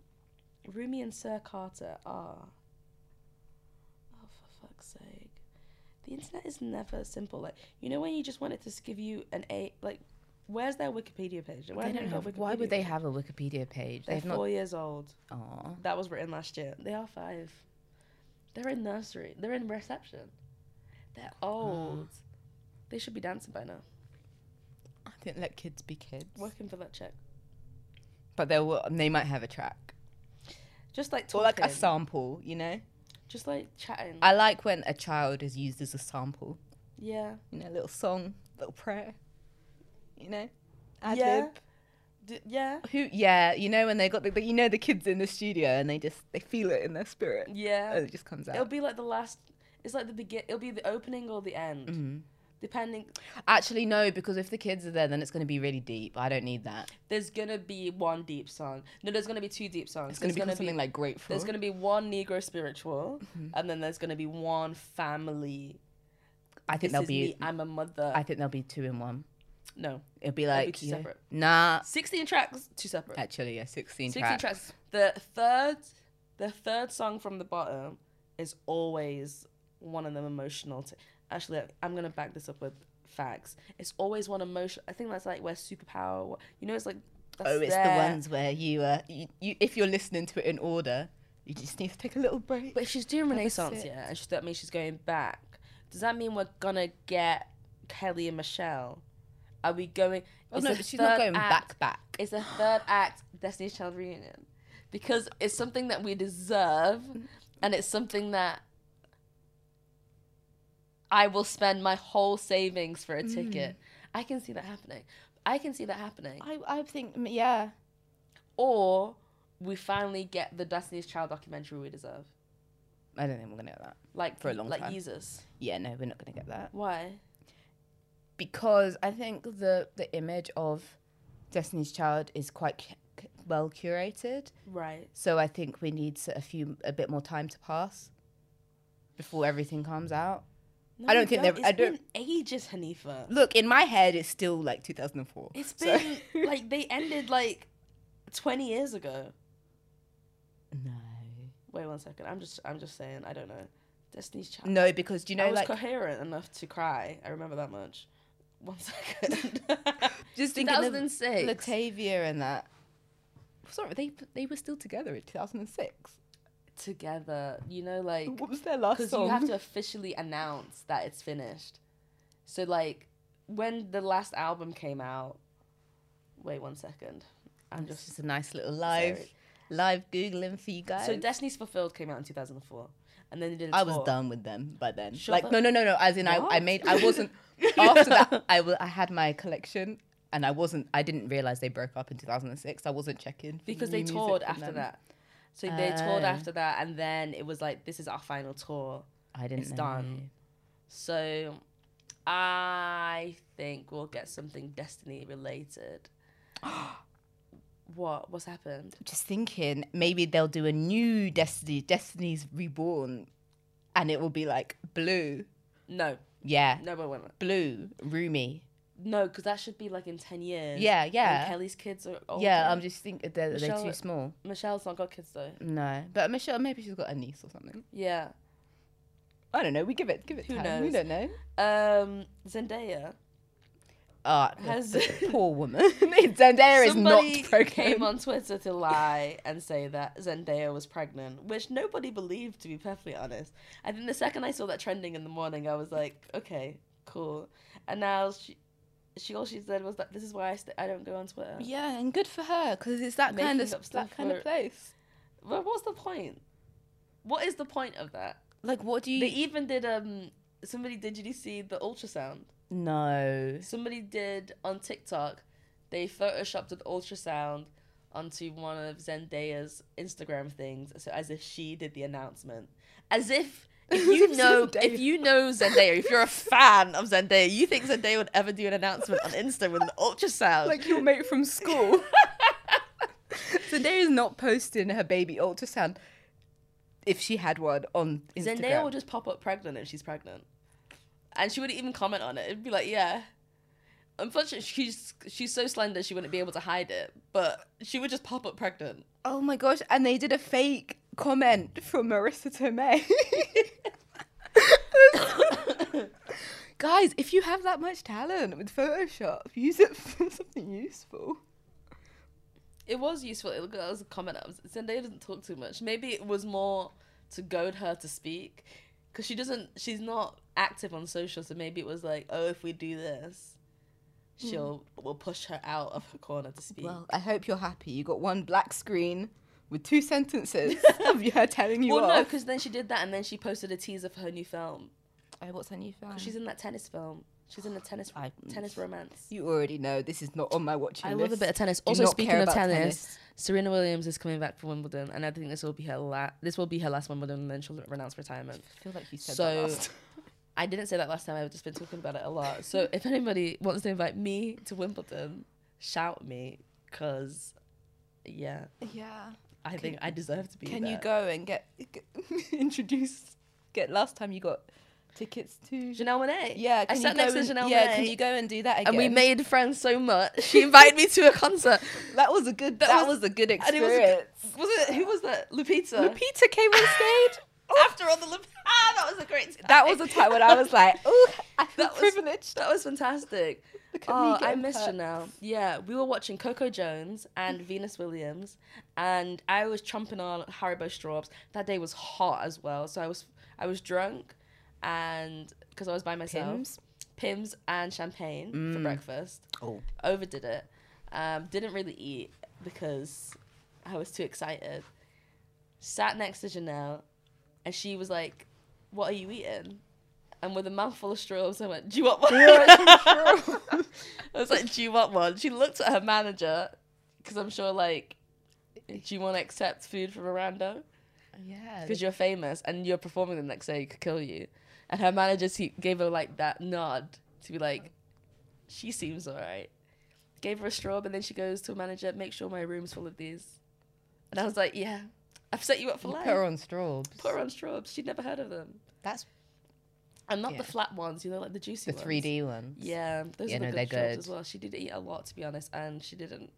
Speaker 1: Rumi and Sir Carter are? Oh, for fuck's sake! The internet is never simple. Like you know when you just want it to s- give you an a like. Where's their Wikipedia page? Why haven't
Speaker 2: They don't
Speaker 1: they got
Speaker 2: have, why would
Speaker 1: Wikipedia
Speaker 2: they
Speaker 1: page?
Speaker 2: have a Wikipedia page?
Speaker 1: They're
Speaker 2: They've not.
Speaker 1: four years old.
Speaker 2: Aw.
Speaker 1: That was written last year. They are five. They're in nursery. They're in reception. They're
Speaker 2: Oh.
Speaker 1: old. They should be dancing by now.
Speaker 2: I didn't let kids be kids.
Speaker 1: Working for that check.
Speaker 2: But they will. They might have a track
Speaker 1: Just like
Speaker 2: or
Speaker 1: talking.
Speaker 2: like a sample. You know,
Speaker 1: Just like chatting.
Speaker 2: I like when a child is used as a sample.
Speaker 1: yeah.
Speaker 2: You know, little song, little prayer. You know, ad
Speaker 1: Yeah. D- yeah.
Speaker 2: Who? Yeah, you know when they got the, but you know the kids in the studio and they just they feel it in their spirit.
Speaker 1: Yeah.
Speaker 2: And it just comes out.
Speaker 1: It'll be like the last. It's like the begin. It'll be the opening or the end,
Speaker 2: Mhm.
Speaker 1: depending.
Speaker 2: Actually, no, because if the kids are there, then it's going to be really deep. I don't need that.
Speaker 1: There's gonna be one deep song. No, there's gonna be two deep songs.
Speaker 2: It's going to
Speaker 1: There's
Speaker 2: be something Mm-hmm. like grateful.
Speaker 1: There's gonna be one Negro spiritual, and then there's gonna be one family.
Speaker 2: I
Speaker 1: this
Speaker 2: think there'll
Speaker 1: is
Speaker 2: be.
Speaker 1: me. I'm a mother.
Speaker 2: I think there'll be two in one.
Speaker 1: no,
Speaker 2: It'll be
Speaker 1: That'd
Speaker 2: like
Speaker 1: be two
Speaker 2: you know,
Speaker 1: separate.
Speaker 2: nah.
Speaker 1: 16 tracks, two separate.
Speaker 2: Actually, yeah, sixteen.
Speaker 1: 16
Speaker 2: tracks.
Speaker 1: tracks. The third the third song from the bottom is always one of them emotional. T- Actually, I'm going to back this up with facts. It's always one emotion. I think that's like where superpower, you know, it's like that's
Speaker 2: Oh, it's
Speaker 1: their-
Speaker 2: the ones where you, uh, you, you, if you're listening to it in order, you just need to take a little break.
Speaker 1: But if she's doing Renaissance,
Speaker 2: sip.
Speaker 1: yeah, and she, that means she's going back. Does that mean we're gonna get Kelly and Michelle? Are we going?
Speaker 2: oh,
Speaker 1: is
Speaker 2: no,
Speaker 1: the
Speaker 2: but she's not
Speaker 1: third
Speaker 2: going
Speaker 1: act-
Speaker 2: back, back.
Speaker 1: It's a third act Destiny's Child reunion because it's something that we deserve and it's something that I will spend my whole savings for a ticket. I can see that happening. I can see that happening.
Speaker 2: I, I think, mm, yeah.
Speaker 1: Or we finally get the Destiny's Child documentary we deserve.
Speaker 2: I don't think we're gonna get that.
Speaker 1: Like
Speaker 2: For a long
Speaker 1: like
Speaker 2: time.
Speaker 1: Jesus.
Speaker 2: Yeah, no, we're not gonna get that
Speaker 1: Why?
Speaker 2: because I think the the image of Destiny's Child is quite cu- cu- well curated.
Speaker 1: Right.
Speaker 2: So I think we need s- a few a bit more time to pass before everything comes out.
Speaker 1: No,
Speaker 2: I don't
Speaker 1: you
Speaker 2: think they've-
Speaker 1: It's
Speaker 2: I don't-
Speaker 1: been ages, Hanifa.
Speaker 2: Look, in my head, it's still like 2004.
Speaker 1: It's
Speaker 2: so-
Speaker 1: been like they ended like twenty years ago.
Speaker 2: no,
Speaker 1: Wait one second. I'm just I'm just saying. I don't know. Destiny's Child.
Speaker 2: no, because do you
Speaker 1: I
Speaker 2: know
Speaker 1: was
Speaker 2: like
Speaker 1: coherent enough to cry. I remember that much. One second.
Speaker 2: just thinking of
Speaker 1: 2006.
Speaker 2: Latavia and that. Sorry, they they were still together in 2006.
Speaker 1: Together, you know, like
Speaker 2: What was their last
Speaker 1: because
Speaker 2: song?
Speaker 1: you have to officially announce that it's finished. So like when the last album came out. Wait one second. I'm
Speaker 2: It's
Speaker 1: just
Speaker 2: just a nice little live
Speaker 1: Sorry.
Speaker 2: live googling for you guys.
Speaker 1: so Destiny's Fulfilled came out in 2004, and then they did. I
Speaker 2: I was done with them by then.
Speaker 1: Shut
Speaker 2: like
Speaker 1: the-
Speaker 2: no no no no. As in I, I
Speaker 1: What?
Speaker 2: made I wasn't after that I wa- I had my collection and I wasn't. I didn't realize they broke up in 2006. I wasn't checking for
Speaker 1: because
Speaker 2: new
Speaker 1: they
Speaker 2: music
Speaker 1: toured
Speaker 2: from
Speaker 1: after
Speaker 2: them.
Speaker 1: that. So they toured
Speaker 2: Oh.
Speaker 1: after that, and then it was like, this is our final tour.
Speaker 2: I didn't.
Speaker 1: It's
Speaker 2: know.
Speaker 1: done. So I think we'll get something Destiny related. what? What's happened?
Speaker 2: Just thinking, maybe they'll do a new Destiny, Destiny's Reborn, and it will be like blue.
Speaker 1: No,
Speaker 2: Yeah,
Speaker 1: no, but won't.
Speaker 2: blue, roomy.
Speaker 1: No, because that should be like in 10 years.
Speaker 2: Yeah,
Speaker 1: When
Speaker 2: yeah,
Speaker 1: Kelly's kids are older.
Speaker 2: yeah. um I'm just thinking they're, they're
Speaker 1: Michelle-
Speaker 2: too small.
Speaker 1: Michelle's not got kids though.
Speaker 2: No, but Michelle, maybe she's got a niece or something.
Speaker 1: Yeah.
Speaker 2: I don't know. We give it, give it
Speaker 1: Who
Speaker 2: time. We
Speaker 1: knows?
Speaker 2: don't know.
Speaker 1: Um, Zendaya.
Speaker 2: Ah,
Speaker 1: Has-
Speaker 2: the poor woman. Zendaya is not
Speaker 1: Somebody
Speaker 2: broken.
Speaker 1: came on Twitter to lie and say that Zendaya was pregnant, which nobody believed, to be perfectly honest. I think the second I saw that trending in the morning, I was like, okay, cool. And now she, she all she said was that this is why I, st- I don't go on Twitter.
Speaker 2: Yeah, and good for her because it's that kind of
Speaker 1: Making up stuff
Speaker 2: that kind
Speaker 1: for-
Speaker 2: of place.
Speaker 1: But what's the point? What is the point of that?
Speaker 2: Like, what do you? e,
Speaker 1: They even did um. Somebody did. Did you see the ultrasound?
Speaker 2: no.
Speaker 1: Somebody did on TikTok. They photoshopped an ultrasound onto one of Zendaya's Instagram things, so as if she did the announcement, as if. If you know, if
Speaker 2: Zendaya.
Speaker 1: you know Zendaya, if you're a fan of Zendaya, you think Zendaya would ever do an announcement on Insta with an ultrasound?
Speaker 2: Like your mate from school. Zendaya is not posting her baby ultrasound if she had one on Instagram.
Speaker 1: Zendaya will just pop up pregnant if she's pregnant, and she wouldn't even comment on it. It'd be like, yeah. Unfortunately, she's she's so slender she wouldn't be able to hide it, but she would just pop up pregnant.
Speaker 2: oh my gosh! And they did a fake comment from Marissa Tomei. Guys, if you have that much talent with Photoshop, use it for something useful.
Speaker 1: it was useful. It that was a comment. I was, Zendaya doesn't talk too much. Maybe it was more to goad her to speak, because she doesn't. She's not active on social, so maybe it was like, oh, if we do this, she'll we'll push her out of her corner to speak.
Speaker 2: Well, I hope you're happy. You got one black screen with two sentences of her telling you
Speaker 1: well, no,
Speaker 2: off.
Speaker 1: because then she did that, and then she posted a teaser for her new film.
Speaker 2: Oh, what's her new film?
Speaker 1: She's in that tennis film. She's in the tennis
Speaker 2: I-
Speaker 1: tennis romance.
Speaker 2: you already know this is not on my watching
Speaker 1: I
Speaker 2: list.
Speaker 1: love a bit of tennis.
Speaker 2: Do
Speaker 1: Also,
Speaker 2: not
Speaker 1: speaking
Speaker 2: care
Speaker 1: of
Speaker 2: about
Speaker 1: tennis, Serena Williams is coming back for Wimbledon, and I think this will be her la- this will be her last Wimbledon, and then she'll renounce retirement.
Speaker 2: I feel like you said
Speaker 1: So-
Speaker 2: that last.
Speaker 1: I didn't say that last time. I've just been talking about it a lot. So if anybody wants to invite me to Wimbledon, shout me, cause yeah,
Speaker 2: Yeah.
Speaker 1: I think I deserve to be
Speaker 2: Can
Speaker 1: there.
Speaker 2: you go and get, introduced? Get last time you got tickets to.
Speaker 1: Janelle Monae.
Speaker 2: yeah,
Speaker 1: I
Speaker 2: can you
Speaker 1: sat
Speaker 2: go
Speaker 1: next to
Speaker 2: and-
Speaker 1: Janelle
Speaker 2: Yeah,
Speaker 1: Monae.
Speaker 2: can you go and do that again?
Speaker 1: And we made friends so much. She invited me to a concert.
Speaker 2: that was a good that,
Speaker 1: was-
Speaker 2: was, a good
Speaker 1: and it was a good-
Speaker 2: experience.
Speaker 1: Was it? Who was that? Lupita.
Speaker 2: Lupita came on stage.
Speaker 1: After all the Lupita. Ah, that was a great. Time.
Speaker 2: that was a time when I was like, oh, I feel
Speaker 1: That was-
Speaker 2: privileged.
Speaker 1: That was fantastic.
Speaker 2: Look at me
Speaker 1: Oh, I
Speaker 2: getting
Speaker 1: miss
Speaker 2: perks.
Speaker 1: Janelle. Yeah, we were watching Coco Jones and Venus Williams, and I was chomping on Haribo straws. That day was hot as well, so I was I was drunk, and because I was by myself,
Speaker 2: Pims? Mm.
Speaker 1: Pims and champagne for breakfast.
Speaker 2: Oh.
Speaker 1: Overdid it. Um, didn't really eat because I was too excited. Sat next to Janelle, and she was like, "What are you eating?" And with a mouthful of straws, I went, "Do you want one?" I was like, "Do you want one?" She looked at her manager because I'm sure, like, do you want to accept food from a rando?
Speaker 2: Yeah.
Speaker 1: Because you're famous and you're performing the next day, it could kill you. And her manager se- gave her like that nod to be like, "She seems alright." Gave her a straw, and then she goes to a manager, "Make sure my room's full of these." And I was like, "Yeah, I've set you up for
Speaker 2: Put
Speaker 1: life."
Speaker 2: her on strobes.
Speaker 1: Put her on straws. She'd never heard of them,
Speaker 2: That's
Speaker 1: and not
Speaker 2: Yeah.
Speaker 1: the flat ones, you know, like the juicy
Speaker 2: the
Speaker 1: ones.
Speaker 2: 3D one.
Speaker 1: Yeah, those
Speaker 2: Yeah,
Speaker 1: are the
Speaker 2: no,
Speaker 1: good
Speaker 2: they're
Speaker 1: straws
Speaker 2: good.
Speaker 1: as well. She did eat a lot, to be honest, and she didn't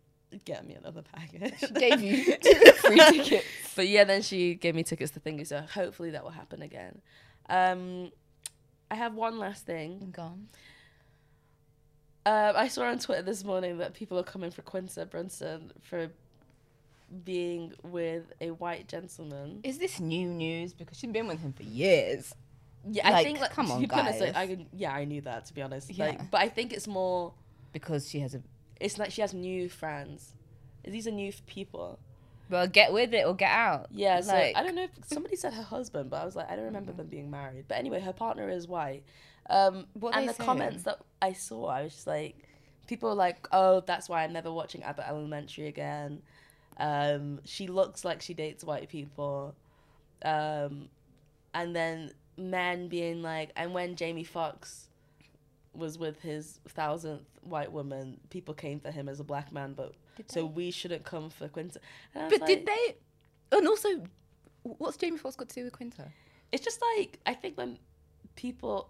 Speaker 1: get me another packet.
Speaker 2: She gave you free tickets.
Speaker 1: But yeah, then she gave me tickets to Thingy, so hopefully that will happen again. Um, I have one last thing.
Speaker 2: Gone.
Speaker 1: Um, I saw on Twitter this morning that people are coming for Quinta Brunson for being with a white gentleman.
Speaker 2: Is this new news? Because she's been with him for years.
Speaker 1: Yeah, I
Speaker 2: Like,
Speaker 1: think like
Speaker 2: come on,
Speaker 1: to be honest, like,
Speaker 2: guys.
Speaker 1: I can- yeah, I knew that to be honest.
Speaker 2: Yeah.
Speaker 1: Like, but I think it's more.
Speaker 2: Because she has a.
Speaker 1: It's like she has new friends. These are new f- people.
Speaker 2: Well, get with it or get out.
Speaker 1: Yeah, so
Speaker 2: Like- Mm.
Speaker 1: I don't know if somebody said her husband, but I was like, I don't remember them being married. But anyway, her partner is white. Um,
Speaker 2: What
Speaker 1: and
Speaker 2: they
Speaker 1: the comments that I saw, I was just like, People are like, oh, that's why I'm never watching Abbott Elementary again. Um, she looks like she dates white people. Um, and then men being like, and when Jamie Fox was with his thousandth white woman, people came for him as a black man, but
Speaker 2: Did
Speaker 1: so we shouldn't come for Quinta. And I was
Speaker 2: But
Speaker 1: like-
Speaker 2: did they? And also, what's Jamie Foxx got to do with Quinta?
Speaker 1: It's just like I think when people,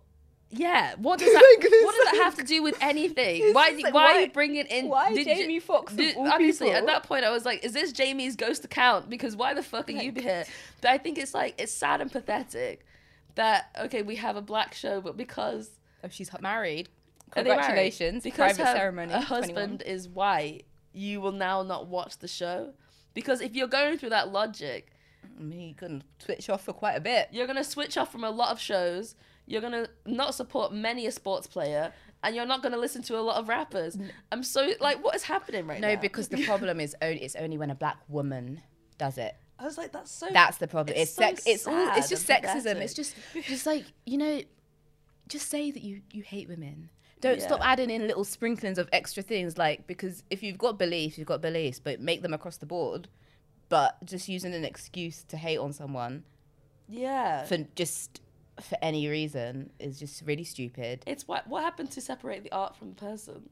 Speaker 1: yeah, what does that,
Speaker 2: Like, it's
Speaker 1: what does that
Speaker 2: like-
Speaker 1: have to do with anything?
Speaker 2: It's
Speaker 1: Why
Speaker 2: just
Speaker 1: do-
Speaker 2: like,
Speaker 1: why are
Speaker 2: why-
Speaker 1: you bringing in
Speaker 2: why
Speaker 1: did you-
Speaker 2: Jamie Foxx of
Speaker 1: did-
Speaker 2: all
Speaker 1: Honestly, at
Speaker 2: people?
Speaker 1: that point, I was like, is this Jamie's ghost account? Because why the fuck are you
Speaker 2: Like-
Speaker 1: here? But I think it's like it's sad and pathetic that okay, we have a black show, but because
Speaker 2: Oh, she's h- married.
Speaker 1: are they married?
Speaker 2: Congratulations.
Speaker 1: because
Speaker 2: Private
Speaker 1: her
Speaker 2: ceremony.
Speaker 1: her
Speaker 2: 21.
Speaker 1: husband is white, you will now not watch the show. Because if you're going through that logic,
Speaker 2: I mean, he couldn't switch off for quite a bit.
Speaker 1: you're gonna switch off from a lot of shows. You're gonna not support many a sports player, and you're not gonna listen to a lot of rappers. I'm so like, what is happening right now?
Speaker 2: No, because the problem is only it's only when a black woman does it.
Speaker 1: I was like, that's so.
Speaker 2: That's the problem. It's,
Speaker 1: It's
Speaker 2: sex.
Speaker 1: so
Speaker 2: it's all.
Speaker 1: sad
Speaker 2: It's just
Speaker 1: and
Speaker 2: sexism.
Speaker 1: pathetic.
Speaker 2: It's just just like you know, just say that you you hate women. Don't
Speaker 1: Yeah.
Speaker 2: stop adding in little sprinklings of extra things like because if you've got beliefs, you've got beliefs, but make them across the board. But just using an excuse to hate on someone
Speaker 1: yeah.
Speaker 2: for just for any reason is just really stupid.
Speaker 1: it's what what happened to separate the art from the person.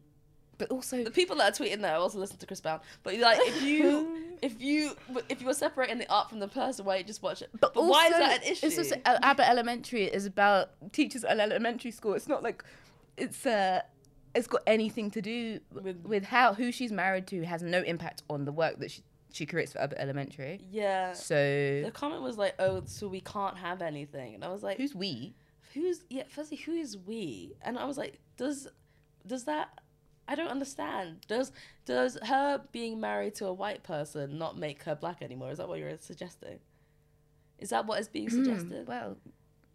Speaker 2: But also,
Speaker 1: The people that are tweeting that I also listen to Chris Brown, but like if you if you if you were separating the art from the person, why you just watch it?
Speaker 2: But, also,
Speaker 1: why is that an issue?
Speaker 2: It's also, uh, Abbott Elementary is about teachers at an elementary school. It's not like it's uh, it's got anything to do with,
Speaker 1: With-
Speaker 2: with how who she's married to has no impact on the work that she, she creates for Abbott Elementary.
Speaker 1: yeah.
Speaker 2: So
Speaker 1: The comment was like, "Oh, so we can't have anything," and I was like,
Speaker 2: who's we?
Speaker 1: who's yeah firstly who is we and i was like does does that i don't understand does does her being married to a white person not make her black anymore is that what you're suggesting is that what is being
Speaker 2: Hmm.
Speaker 1: suggested
Speaker 2: Well,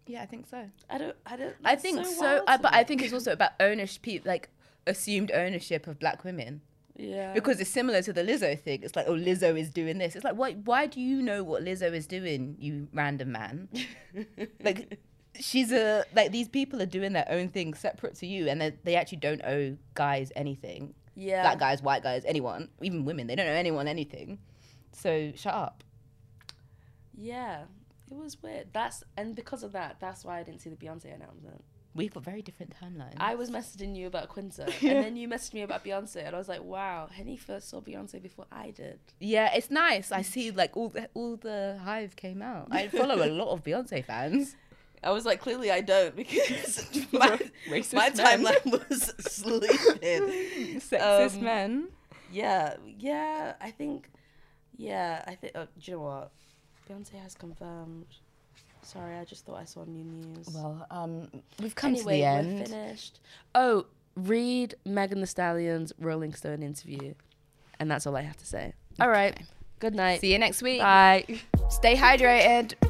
Speaker 2: yeah, I think so.
Speaker 1: i don't i don't
Speaker 2: I
Speaker 1: that's
Speaker 2: think so,
Speaker 1: wild
Speaker 2: I,
Speaker 1: to
Speaker 2: but I
Speaker 1: me.
Speaker 2: think it's also about ownership, peop- like assumed ownership of black women.
Speaker 1: yeah
Speaker 2: Because it's similar to the Lizzo thing. It's like, oh, Lizzo is doing this. It's like, why? Why do you know what Lizzo is doing, you random man? like she's a like these people are doing their own thing separate to you and they, they actually don't owe guys anything
Speaker 1: yeah
Speaker 2: black guys white guys anyone even women they don't owe anyone anything so shut up
Speaker 1: yeah it was weird that's and because of that that's why i didn't see the beyonce announcement
Speaker 2: we've got very different timelines
Speaker 1: i was messaging you about quinta and then you messaged me about beyonce and i was like wow henny first saw beyonce before i did
Speaker 2: yeah it's nice i see like all the all the hive came out i follow a lot of beyonce fans
Speaker 1: I was like, clearly I don't because my,
Speaker 2: Racist
Speaker 1: my
Speaker 2: men.
Speaker 1: timeline was sleeping.
Speaker 2: sexist
Speaker 1: Um,
Speaker 2: men
Speaker 1: Yeah, yeah, I think, yeah, I think, oh, do you know what? Beyonce has confirmed. Sorry, I just thought I saw new news.
Speaker 2: well um we've come
Speaker 1: anyway,
Speaker 2: to the
Speaker 1: we're
Speaker 2: end
Speaker 1: finished. Oh, read Megan The Stallion's Rolling Stone interview. And that's all I have to say. All right. Good night.
Speaker 2: see you next week
Speaker 1: Bye.
Speaker 2: stay hydrated